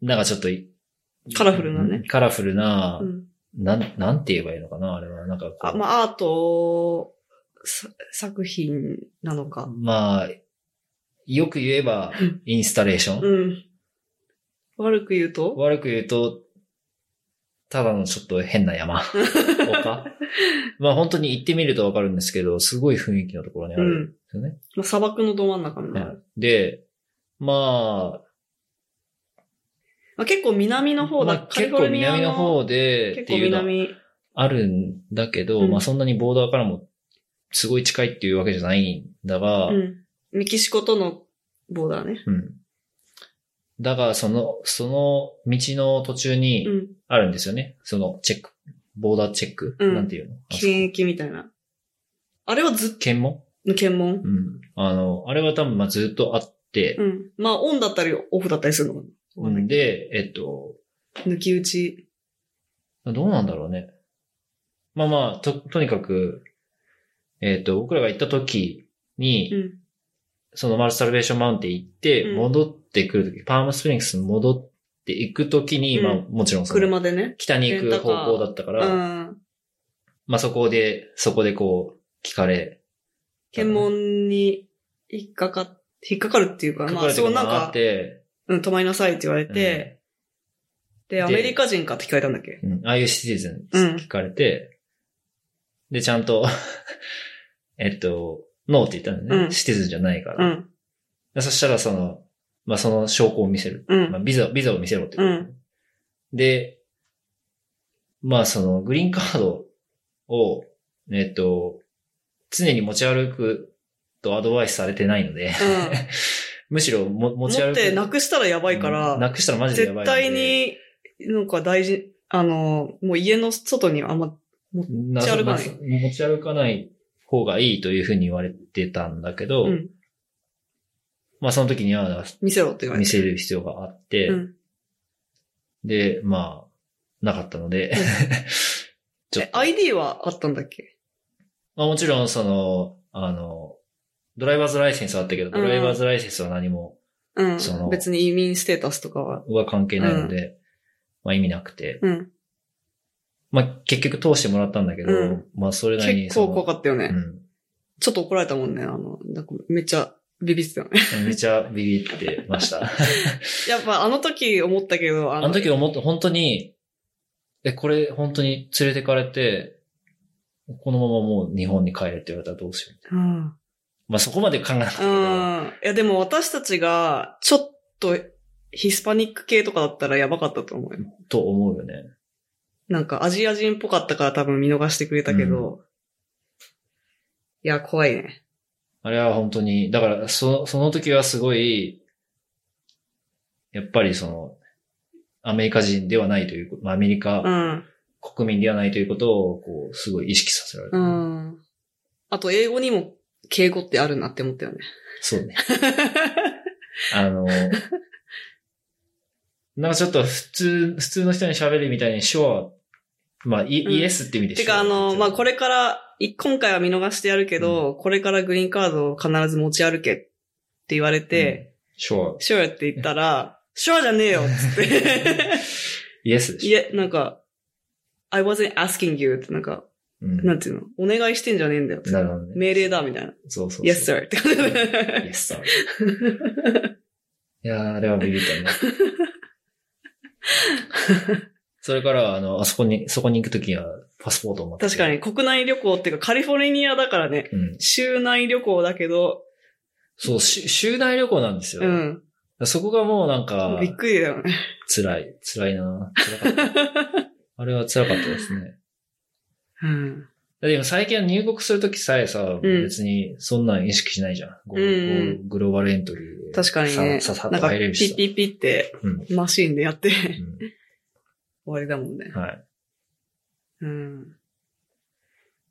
なんかちょっとい、カラフルなねカラフルなう、んなん、なんて言えばいいのかなあれは、なんかこうあ、まあ、アートさ作品なのか。まあ、よく言えば、インスタレーション。うん。悪く言うと悪く言うと、ただのちょっと変な 山。丘まあ本当に行ってみるとわかるんですけど、すごい雰囲気のところにあうるんん。ですよね。まあ、砂漠のど真ん中みたいな。ねで、まあ、まあ、結構南の方まだ、あカリ結フォ構ルニアの南の方でっ結て構いうのは南。あるんだけど、うんまあそんなにボーダーからもすごい近いっていうわけじゃないんだが、うん。メキシコとのボーダーね。うんだが、その、その道の途中にうん。あるんですよね。そのチェック、ボーダーチェック、うんなんていうのあそこ検疫みたいな。あれはずっ検問と検問うん。あの、あれは多分まあずっとあってう、ん。まあ、オンだったりオフだったりするのかな。わかんないけで、えっと、ど抜き打ち。どうなんだろうね。まあまあ、と、とにかく、えっと、僕らが行った時に、うん。そのマルサルベーションマウンテン行って、うん戻ってくる時、パームスプリングスに戻っていく時に、うんまあもちろんその、車でね。北に行く方向だったかうら、ん。まあそこで、そこでこう、聞かれ、検問に引っかかっ、引っかかるっていうか、書まかあれてそうるなんがあっか、て、うん、止まりなさいって言われて、で、アメリカ人かって聞かれたんだっけうん、ああいうシティズンうん聞かれて、で、ちゃんと、 えっと、ノーって言ったのね。うんシティズンじゃないからう。ん、でそしたらその、まあその証拠を見せる。うまあん、ビザ、ビザを見せろってこと。うんで、まあそのグリーンカードを、えっと、常に持ち歩くとアドバイスされてないので、 むしろも持持ちっ歩く。てなくしたらやばいかうらん、なくしたらマジでやば絶いので。対に、なんか大事、あの、もう家の外にあんま、な持ち歩かないまあ持ち歩かない方がいいというふうに言われてたんだけど、うん、まあその時には見せろって言われ見て。せる必要があって、うんで、まあ、なかったので、 ちょっえと ID はあったんだっけまあもちろんその、あの、ドライバーズライセンスはあったけど、ドライバーズライセンスは何も、うそのん。別に移民ステータスとかは。は関係ないので、まあ意味なくて。うん。まあ結局通してもらったんだけど、うんまあそれなりに結そ構の。怖かったよね。うん。ちょっと怒られたもんね。あの、なんかめっちゃビビってた よね。めちゃビビってました。やっぱあの時思ったけど、ああの時思った、本当に、え、これ本当に連れてかれて、このままもう日本に帰れって言われたらどうしようん。うん。う。まあそこまで考えなかったけど、いやでも私たちが、ちょっとヒスパニック系とかだったらやばかったと思うよ。と思うよね。なんかアジア人っぽかったから多分見逃してくれたけど。いや、怖いね。あれは本当に、だから、そ、その時はすごい、やっぱりその、アメリカ人ではないということ、まあアメリうカん。国民ではないということを、こう、すごい意識させられうた。ん。あと英語にも敬語ってあるなって思った よね。そうね。あの、なんかちょっと普通、普通の人に喋るみたいに、シュア、まあ、イ,、うんイエスって意味でてか、あの、まあ、これから、い今回は見逃してやるけど、これからグリーンカードを必ず持ち歩けって言われて、シュア、シュアって言ったら、シュアじゃねえよっつって。 イエスでいしょ。や、なんか、I wasn't asking you ってなんか、うんなんていうのお願いしてんじゃねえんだよってなるほどね。命令だみたいな。そうそうそう。 Yes, sir. って。 Yes, sir. いやー、あれはビビったね。それから、あの、あそこに、そこに行くときは、パスポートを持って。確かに、。国内旅行っていうか、カリフォルニアだからね、うん。州内旅行だけど、そう、し集団旅行なんですよ。うん。そこがもうなんか、びっくりだよね。辛い。辛いな辛かった。 あれは辛かったですね。うん。でも最近は入国するときさえさ、ん別にそんなん意識しないじゃん。ゴうんうんゴグローバルエントリーで。確かにね。さささっなとんか、ピ入れるしッさ。ピッピって、うんマシンでやって、終うわりだもんね。ん。はい。うん。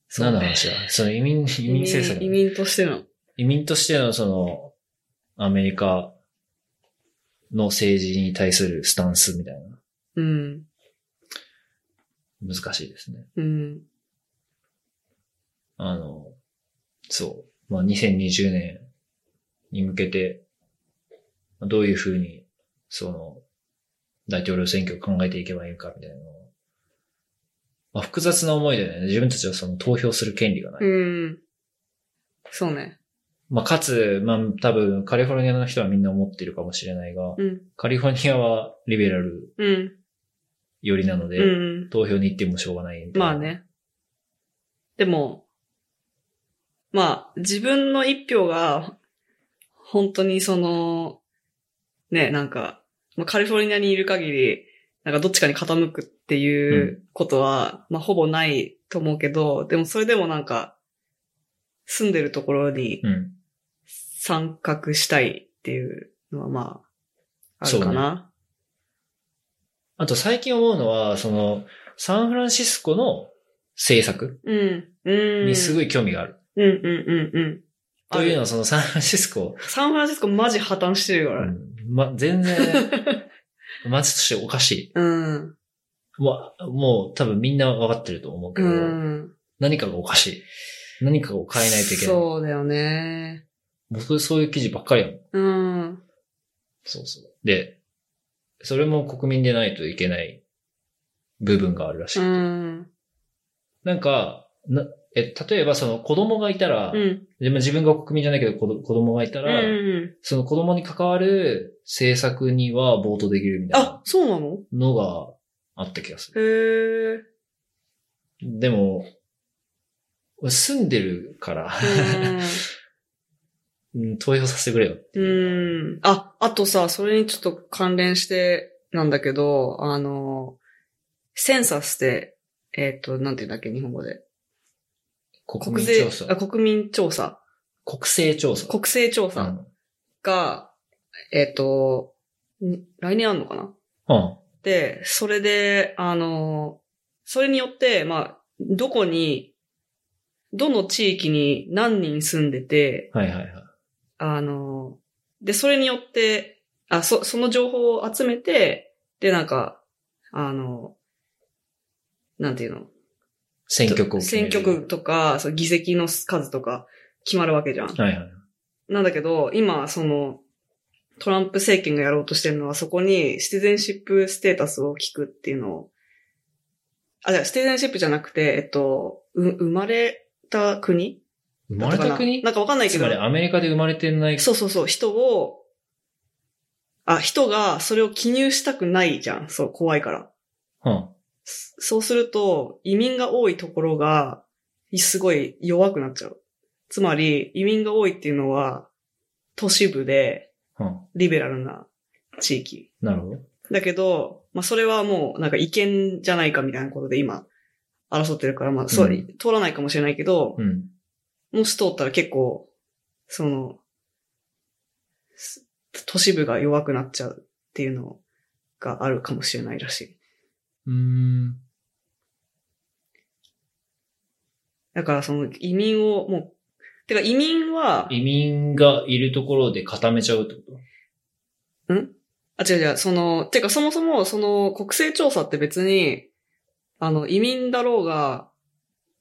そう何ねの話だその移民、移民政策移。民としての。移民としてのその、アメリカの政治に対するスタンスみたいな、うん。難しいですね。うん。あの、そう。まあ、2020年に向けて、どういうふうに、その、大統領選挙を考えていけばいいかみたいなのをまあ、複雑な思いでね、自分たちはその投票する権利がない。うん。そうね。まあ、かつ、まあ、多分、カリフォルニアの人はみんな思ってるかもしれないが、うん。カリフォルニアはリベラルうん。寄りなので、うん。投票に行ってもしょうがないみたいなまあ。ね。でも、まあ、自分の一票が、本当にその、ね、なんか、まあカリフォルニアにいる限り、なんかどっちかに傾くっていうことは、まあほぼないと思うけど、でもそれでもなんか、住んでるところにうん。参画したいっていうのはまあ、あるかな。あと最近思うのは、その、サンフランシスコの政策ううん。うん。にすごい。い興味がある。うんうんうんうん。というのは、そのサンフランシスコ、サンフランシスコマジ破綻してるよ、うあれ。んま、全然、 街としておかしうん。い。もう、もう多分みんなわかってると思うけうど、ん。何かがおかしい。何かを変えないといけない。そうだよね。僕、そういう記事ばっかりやもん。うん。そうそう。で、それも国民でないといけない部分があるらしい。うん。なんか、なえ、例えばその子供がいたら、うん。でも自分が国民じゃないけど子ど子供がいたうんら、うん。その子供に関わる政策には冒頭できるみたいなあ、そうなののがあった気がする。へえ。でも、俺住んでるから、うん、 投票させてくれよってういう。ん。うん。あ、あとさ、それにちょっと関連してなんだけど、あの、センサスって、えっ、と、なんて言うんだっけ、日本語で。国国民税調、査あ。国民調査。国勢調査。国勢調う査んが、えっ、と、ん来年あんのかなうん。で、それで、あの、それによって、まあ、どこに、どの地域に何人住んでて、はいはいはい。あの、で、それによって、あ、そ、その情報を集めて、で、なんか、あの、なんていうの選挙区を決め選る挙区とか、そう議席の数とか決まるわけじゃん。はいはい。なんだけど、今、その、トランプ政権がやろうとしてるのは、そこにシティゼンシップステータスを聞くっていうのを、あ、じゃあシティゼンシップじゃなくて、えっと、う生まれた国生だまっれかなた国なんかわかんないけつどま、りアメリカで生まれてないそうそうそう、人を、あ、人がそれを記入したくないじゃん。そう、怖いから。うん。そそうすると、移民が多いところが、いすごい弱くなっちゃう。つまり、移民が多いっていうのは、都市部で、うん。リベラルな地域。なるほど。だけど、まあそれはもうなんか違憲じゃないかみたいなことで今争ってるから、まあそう、うん通らないかもしれないけど、うん。もし通ったら結構、その、す都市部が弱くなっちゃうっていうのがあるかもしれないらしい。うーん。だからその移民をもう、てか移民は、移民がいるところで固めちゃうってことあ、違う違う、その、てかそもそも、その、国勢調査って別に、あの、移民だろうが、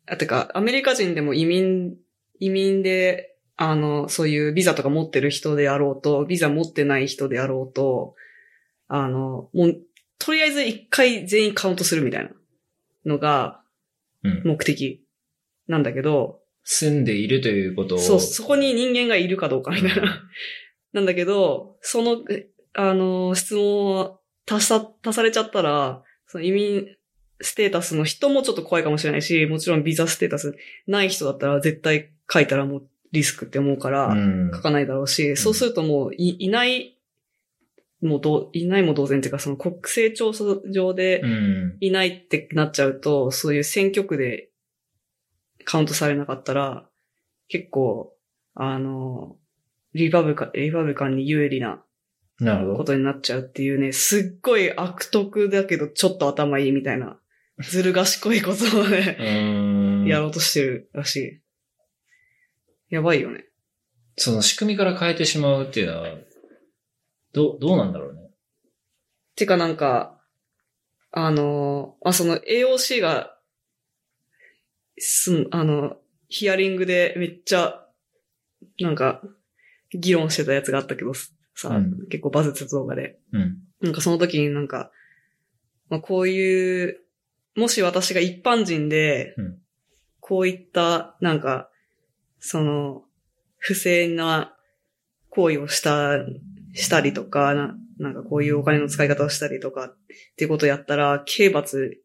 あ、てか、アメリカ人でも移民、移民で、あの、そういうビザとか持ってる人であろうと、ビザ持ってない人であろうと、あの、もう、とりあえず一回全員カウントするみたいなのがうん。目的なんだけど、住んでいるということを。そう、そこに人間がいるかどうかみたいな。なんだけど、その、えあの、質問を足さ、足されちゃったら、その移民ステータスの人もちょっと怖いかもしれないし、もちろんビザステータスない人だったら絶対書いたらもうリスクって思うから、うん。書かないだろうし、そうするともういいない、もうどう、いないも同然っていうか、その国勢調査上でうん。いないってなっちゃうと、そういう選挙区でカウントされなかったら、結構、あの、リパブカ、リパブカンに有利ななるほこど。とになっちゃうっていうね、すっごい悪徳だけどちょっと頭いいみたいな、ずる賢いことをうね、ーん。やろうとしてるらしい。やばいよね。その仕組みから変えてしまうっていうのは、どう、どうなんだろうね。てかなんか、あの、まあ、その AOC が、すん、あの、ヒアリングでめっちゃ、なんか、議論してたやつがあったけどさ、うん結構バズってた動画で。うん。なんかその時になんか、まあ、こういう、もし私が一般人でうん、こういった、なんか、その、不正な行為をした、したりとか、ななんかこういうお金の使い方をしたりとか、っていうことをやったら、刑罰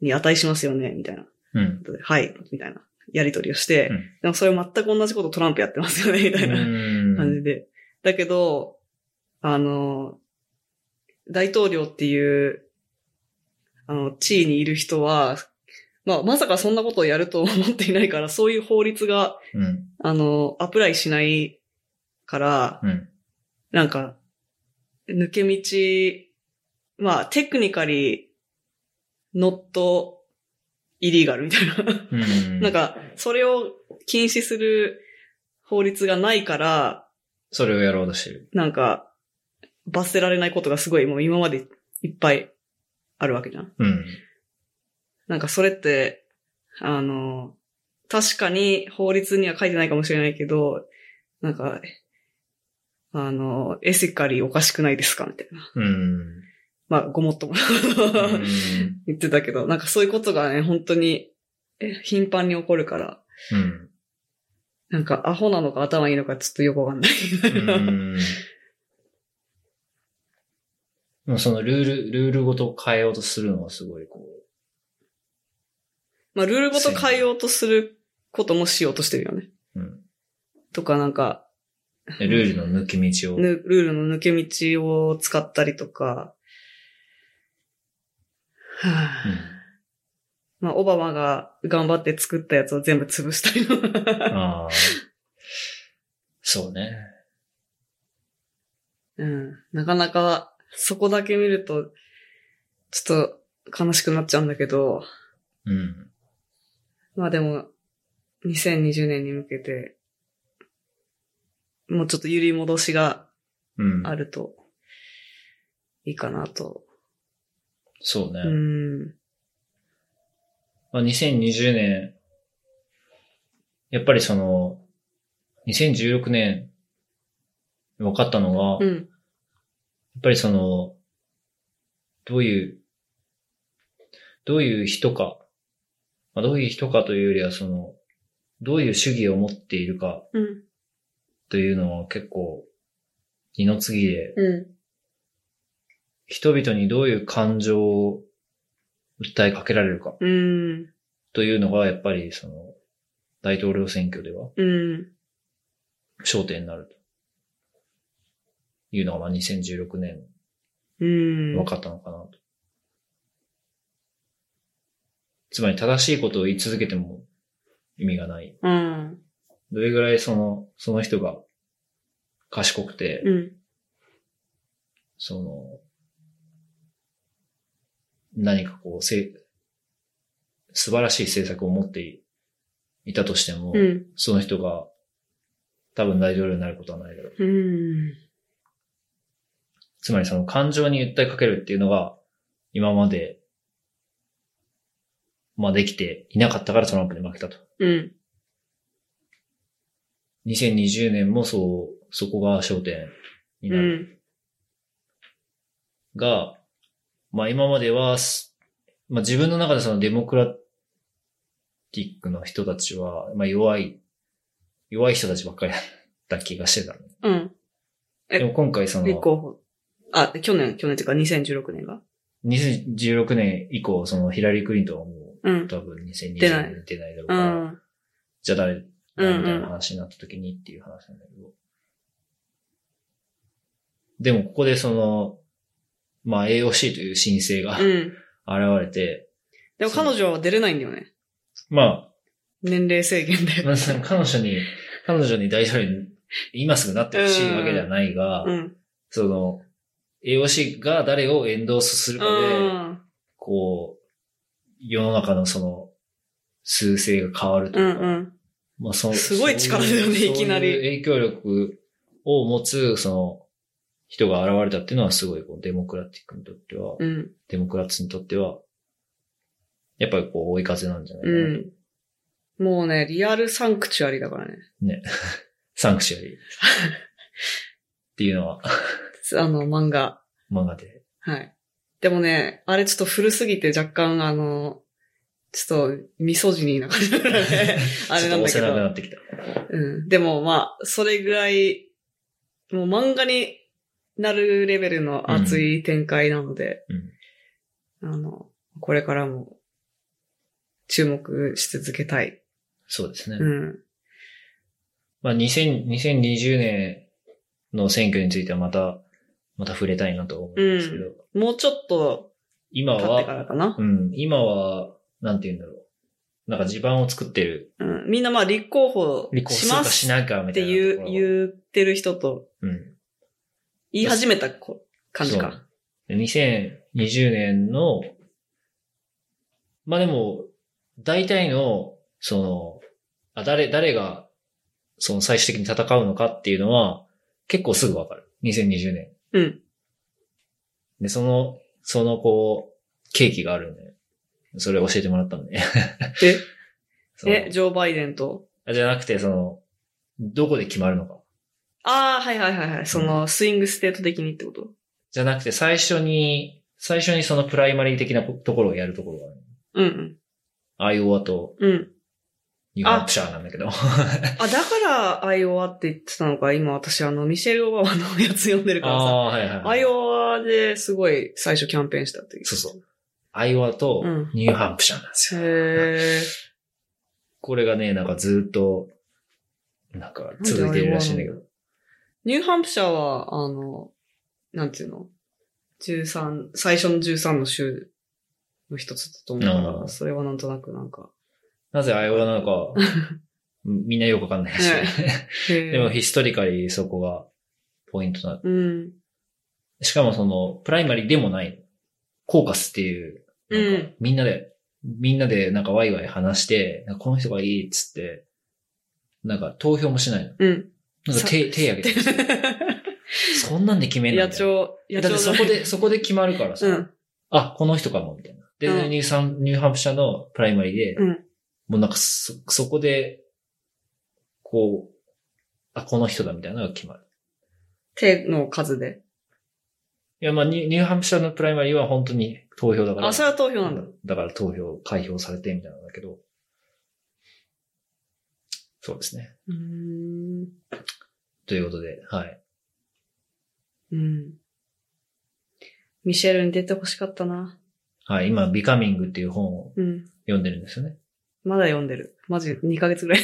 に値しますよね、みたいな。うん。はい、みたいな、やり取りをして、うんでもそれ全く同じことトランプやってますよね、みたいな。う感じん。で。だけど、あの、大統領っていう、あの、地位にいる人は、まあ、まさかそんなことをやると思っていないから、そういう法律が、うん。あの、アプライしないから、うん。なんか、抜け道、まあ、テクニカリー、ノット、イリーガルみたいな。うん。なん、か、それを禁止する法律がないから、それをやろうとしてる。なんか、罰せられないことがすごいもう今までいっぱいあるわけじゃん。うん。なんかそれって、あの、確かに法律には書いてないかもしれないけど、なんか、あの、エシカリーおかしくないですかみたいな。うん。まあ、ごもっとも。うん言ってたけど、なんかそういうことがね、本当にえ頻繁に起こるから、うん。なんかアホなのか頭いいのかちょっとよくわかんない。うん。でもそのルール、ルールごと変えようとするのはすごいこまあ、ルールごと変えようとすることもしようとしてるよね。う、うん。とか、なんか、でルールの抜け道を。ぬルールの抜け道を使ったりとか、はうぁんまあ、オバマが頑張って作ったやつを全部潰したりと かああ。そうね。うん。なかなか、そこだけ見ると、ちょっと悲しくなっちゃうんだけど、うん。まあでも、2020年に向けて、もうちょっと揺り戻しがうん。あると、いいかなと。そうね。うん。まあ、2020年、やっぱりその、2016年、分かったのが、うやっん。ぱりその、どういう、どういう人か、まあ、どういう人かというよりは、その、どういう主義を持っているかうん。というのは結構、二の次で、う人々にどういう感情を訴えかけられるかん。うん。というのが、やっぱりその、大統領選挙ではうん。焦点になると。いうのが、まあ、2016年うん。分かったのかなと。つまり正しいことを言い続けても意味がない。うん。どれぐらいその、その人が賢くて、うん。その、何かこう、せ、素晴らしい政策を持っていいたとしても、うん。その人が多分大統領になることはないだろう。うん。つまりその感情に訴えかけるっていうのが、今まで、まあできていなかったからトランプに負けたと。うん。 2020年もそう、そこが焦点になうる。ん。が、まあ今まではす、まあ自分の中でそのデモクラティックの人たちは、まあ弱い、弱い人たちばっかりだった気がしてたの。うん。えでも今回そ立の、候補。あ、去年、去年っていうか2016年が。 2016年以降、そのヒラリー・クリントンはもううん。多分2020出ない年に出ないだろううから、ん。じゃあう誰、んうん誰みたいな話になった時にっていう話なんだけど。でもここでその、まあ AOC という申請がうん。現れて、でも彼女は出れないんだよね。まあ年齢制限で。まあその彼女に、彼女に大統領に今すぐなってほしいわけではないが、うん。その、AOC が誰をエンドースするうかで、ん。こう、世の中のその、数勢が変わるとういうか、ん。まあそのすごい力だよねそうういきなりそういう影響力を持つ、その、人が現れたっていうのはすごい、こう、デモクラティックにとっては、うん。デモクラッツにとっては、やっぱりこう、追い風なんじゃないかなと。うん。もうね、リアルサンクチュアリだからね。サンクシュアリー。っていうのは、 あの、漫画。漫画ではい。でもね、あれちょっと古すぎて若干あの、ちょっと、ミソジニーな感じだからね。 あれなんだけ ちょっと押せなくなど。ってきた。うん。でもまあ、それぐらい、もう漫画になるレベルの熱い展開なので、あの、これからも、注目し続けたい。そうですね。うん。まあ、2000 2020年の選挙についてはまた、また触れたいなと思うんですけど、もうちょっと、今経ってかは、らかな。うん、今は、なんて言うんだろう。なんか地盤を作ってる、うん。みんなまあ、立候補立候補しするまかしすないかみったていな言う、ところは言ってる人と、うん。言い始めたこ感じそか。う。で2020年の、まあでも、大体の、その、あ誰、誰が、その最終的に戦うのかっていうのは、結構すぐわかる。2020年。うん。で、その、その、こう、ケーキがあるんで、それ教えてもらったんで。 えそのえ、ジョー・バイデンと。あじゃなくて、その、どこで決まるのか。ああ、はいはいはいはい。その、スイングステート的にってことじゃなくて、最初に、最初にそのプライマリー的なところをやるところがある。うんアイオワとうん。ニューハンプシャーなんだけ ど。あ、だから、アイオワって言ってたのか、今私、あの、ミシェル・オバマのやつ読んでるからさ。ああー、はいはいはい。アイオワですごい最初キャンペーンしたっていう。そうそう。アイオワとうんニューハンプシャーなんですよ。へこれがね、なんかずっと、なんかー続いているらしいんだけど。。ニューハンプシャーは、あの、なんていうの ?13、最初の13の州の一つだと思うかあーら、それはなんとなくなんか。なぜアイオワなのか、 みんなよくわかんないし。はへーでも、ヒストリカリーそこがポイントな。うん。しかもその、プライマリーでもない、コーカスっていう、なんうかみんなで、みんなでなんかワイワイ話して、なんかこの人がいいっつって、なんか投票もしないの。うん。なんか手、手挙げてるそんなんで決めんない 野んだよ。鳥、 野鳥だってそこで、そこで決まるからさ、うん。あ、この人かも、みたいな。で、うんニューサンニューハンプシャーのプライマリーで、うんもうなんかそ、そこで、こう、あ、この人だ、みたいなのが決まる。手の数で。いや、まあニュ、ニューハンプシャーのプライマリーは本当に投票だから。あ、それは投票なんだ。だから投票、開票されてみたいなんだけど。そうですね。うーん。ということで、はい。うん。ミシェルに出てほしかったな。はい、今、ビカミングっていう本をうん。読んでるんですよね。まだ読んでる。マジ2ヶ月ぐらい。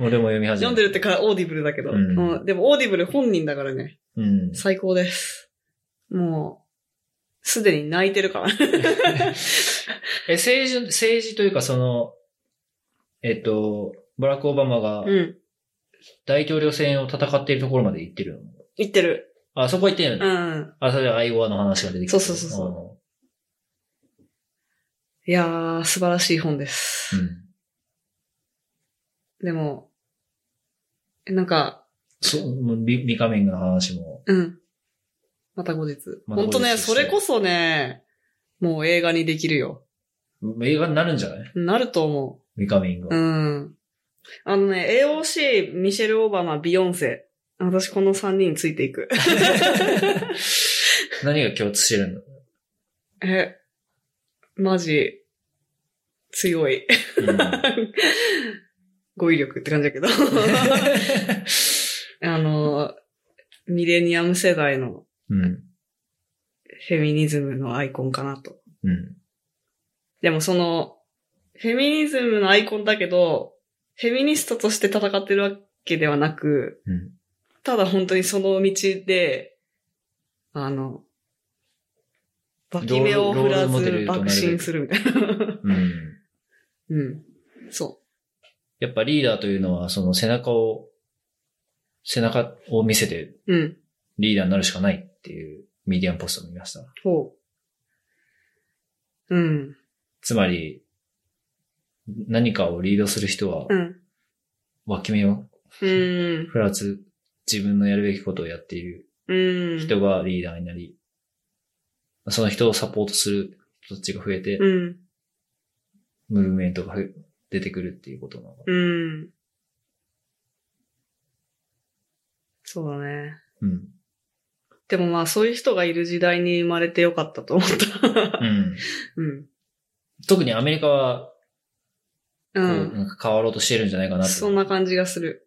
俺も読み始め 読んでるってか、オーディブルだけど。うんうんでも、オーディブル本人だからね。うん。最高です。もう、すでに泣いてるから。え、政治、政治というかその、えっと、バラック・オバマがうん。大統領選を戦っているところまで行ってるの、 言ってる。あ、そこ行ってるの、うねん。あ、それでアイオワの話が出てきてそうそうそうそいやー、素晴らしい本です。うん。うん。でも、なんか、そうもうビ、ビカミングの話も。うん。また後日。まほた後日んとね、してそれこそね、もう映画にできるよ。映画になるんじゃないなると思う。ビカミングは。うん。あのね、AOC、ミシェル・オバマ、ビヨンセ。私この3人についていく。 何が共通してるのえ、マジ、強い。語彙力って感じだけど。あの、ミレニアム世代のうん。うんフェミニズムのアイコンかなと。うん。でもその、フェミニズムのアイコンだけど、フェミニストとして戦ってるわけではなく、うん。ただ本当にその道で、あの、脇目を振らロールロールモデずルとなる爆心するみたいな。うん。うん。そやっぱリーダーというのは、その背中を、背中を見せてう。うん。リーダーになるしかないっていうミディアムポストを見ました。ほう。うん。つまり、何かをリードする人はう、ん。脇目をうん。振らず、自分のやるべきことをやっているうん。人がリーダーになり、その人をサポートする人たちが増えて、うん。ムーブメントがふ出てくるっていうことなのかな。うん。そうだね。うん。でもまあそういう人がいる時代に生まれてよかったと思った。うん。うん。特にアメリカはう。こうんなんか変わろうとしてるんじゃないかなと。そんな感じがする。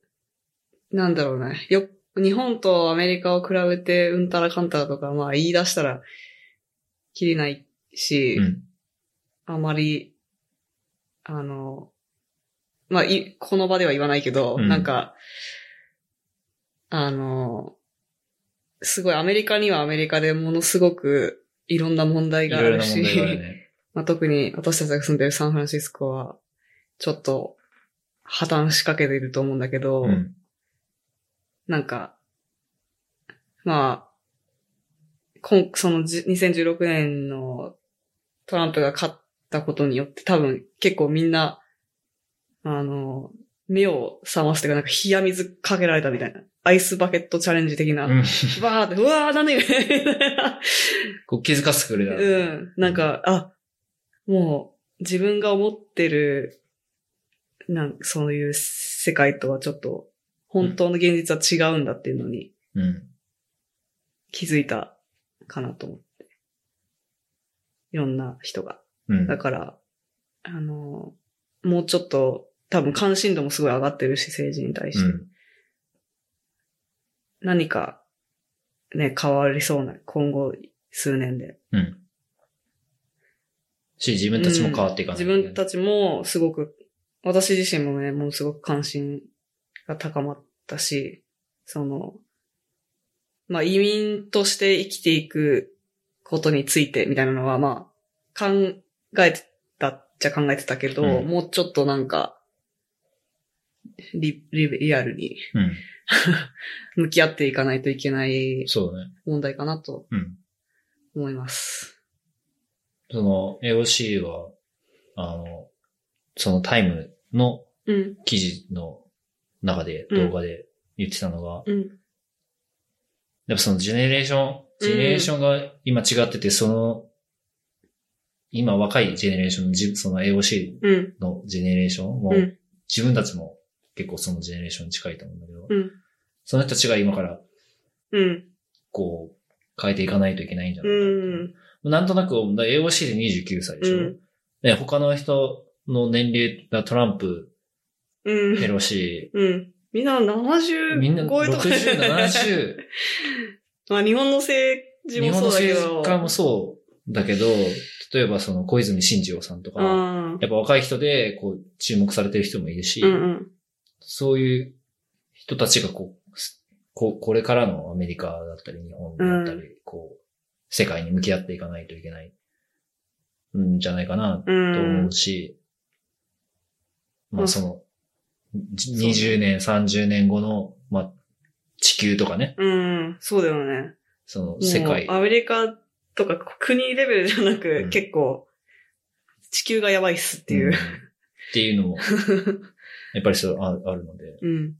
なんだろうね。よ、日本とアメリカを比べて、うんたらかんたらとか、まあ言い出したら、きりないし、うん。あまり、あの、まあ、い、この場では言わないけど、うんなんか、あの、すごいアメリカにはアメリカでものすごくいろんな問題いがあろいろるなし、問題があるね。まあ、特に私たちが住んでるサンフランシスコは、ちょっと破綻しかけていると思うんだけど、うん。なんか、まあ、こんそのじ2016年のトランプが勝ったことによって多分結構みんな、あの、目を覚ますというか、なんか冷や水かけられたみたいな。アイスバケットチャレンジ的な。うわん。ーって、うわーなんでみたいなこう気づかせてくれた。うん。なんか、あ、もう、自分が思ってる、なんそういう世界とはちょっと、本当の現実は違うんだっていうのにうん。気づいたかなと思って。いろんな人が。うん。だから、あの、もうちょっと、多分関心度もすごい上がってるし、政治に対して。うん何か、ね、変わりそうな、今後数年で。うん。し、自分たちも変わっていかない、自分たちもすごく、私自身もね、もうすごく関心が高まったし、その、まあ移民として生きていくことについてみたいなのは、まあ、考えてたっちゃ考えてたけど、うんもうちょっとなんか、リリリアルに うん。向き合っていかないといけないそうだね。問題かなとうん。思います。その、AOC は、あの、そのタイムのうん、記事の中で、うん動画で言ってたのが、うん、やっぱそのジェネレーション、ジェネレーションが今違ってて、その、今若いジェネレーションの自、その AOC うん、のジェネレーションも、うん自分たちも結構そのジェネレーションに近いと思うんだけど、うん、その人たちが今からうん、こう変えていかないといけないんじゃなういかなっていん、うなんとなく、だ AOC で29歳でしょ、うんね他の人の年齢がトランプ、うん。ペロシ、うん。みんな70みんな超えとかね60、70、 まあ日本の政治日も本そのうだけど。政治家もそうだけど、例えばその小泉進次郎さんとか、うんやっぱ若い人でこう注目されてる人もいるし、うんうん。そういう人たちがこう、すここれからのアメリカだったり日本だったり、うこう、世界に向き合っていかないといけないんじゃないかなうとん思う。し、うまあんその、じそう20年、30年後の、まあ、地球とかね、うん。そうだよね。そのもう世界。アメリカとか国レベルじゃなく、うん結構、地球がやばいっすっていんう。っていうの も、やっぱりそうああるので、うん。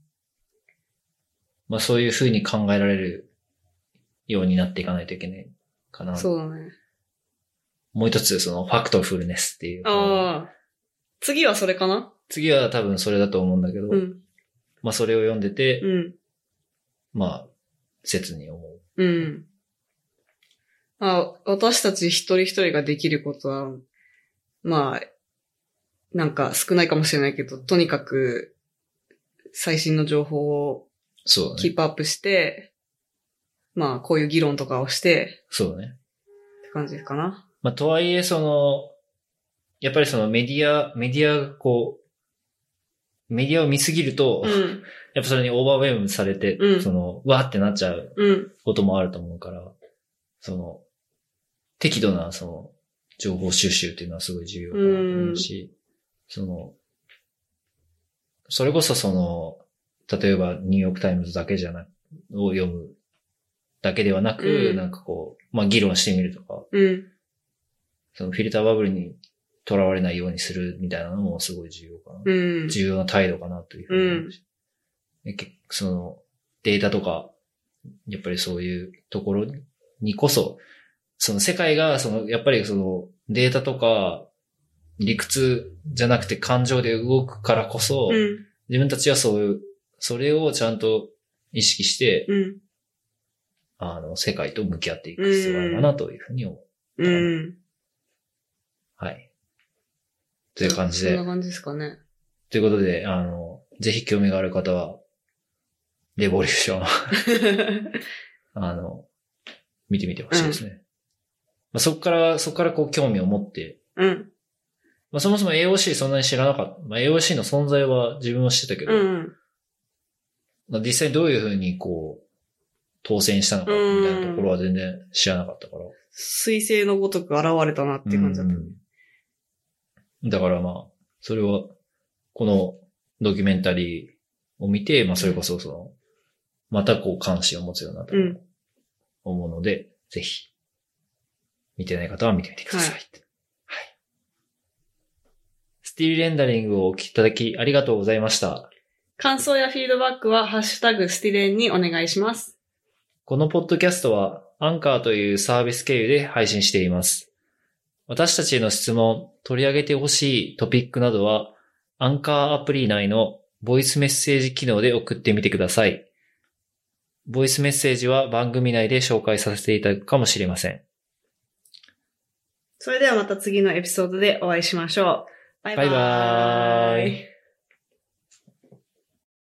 まあそういうふうに考えられるようになっていかないといけないかな。そうだね。もう一つ、そのファクトフルネスっていう。ああ。次はそれかな次は多分それだと思うんだけど、うん。まあそれを読んでて、うん。まあ、切に思う。うん。まあ、私たち一人一人ができることは、まあ、なんか少ないかもしれないけど、とにかく、最新の情報をそうだキね。ープアップして、まあ、こういう議論とかをして、そうだね。って感じかな。まあとはいえ、その、やっぱりそのメディア、メディアがこう、メディアを見すぎると、うやっん、ぱそれにオーバーウェムされて、うんその、わーってなっちゃううん、こともあると思うから、その、適度な、その、情報収集っていうのはすごい重要かなと思うし、その、それこそその、例えばニューヨークタイムズだけじゃなを読むだけではなく、うんなんかこう、まあ議論してみるとか、うん、そのフィルターバブルにとらわれないようにするみたいなのもすごい重要かな。うん、重要な態度かなというふうに思うし、で結そのデータとか、やっぱりそういうところにこそ、その世界が、その、やっぱりそのデータとか、理屈じゃなくて感情で動くからこそ、うん、自分たちはそういう、それをちゃんと意識して、うん、あの、世界と向き合っていく必要があるかなというふうに思う。うん。はい。という感じそでんな。感じですかね。 ということで、あの、ぜひ興味がある方は、レボリューションあの、見てみてほしいですね。まあ、そこから、そこからこう興味を持って、うん、まあ、そもそも AOC そんなに知らなかった。まあ、AOC の存在は自分は知ってたけど、うん、まあ、実際どういうふうにこう、当選したのかみたいなところは全然知らなかったから。彗星のごとく現れたなって感じだった。うんだからまあ、それは、このドキュメンタリーを見て、まあそれこそその、またこう関心を持つようになったとうん思うので、ぜひ、見てない方は見てみてください。ははい。スティールレンダリングをお聞きいただきありがとうございました。感想やフィードバックは、ハッシュタグスティレンにお願いします。このポッドキャストは、アンカーというサービス経由で配信しています。私たちへの質問、取り上げてほしいトピックなどは、アンカーアプリ内のボイスメッセージ機能で送ってみてください。ボイスメッセージは番組内で紹介させていただくかもしれません。それではまた次のエピソードでお会いしましょう。バイババイバーイ。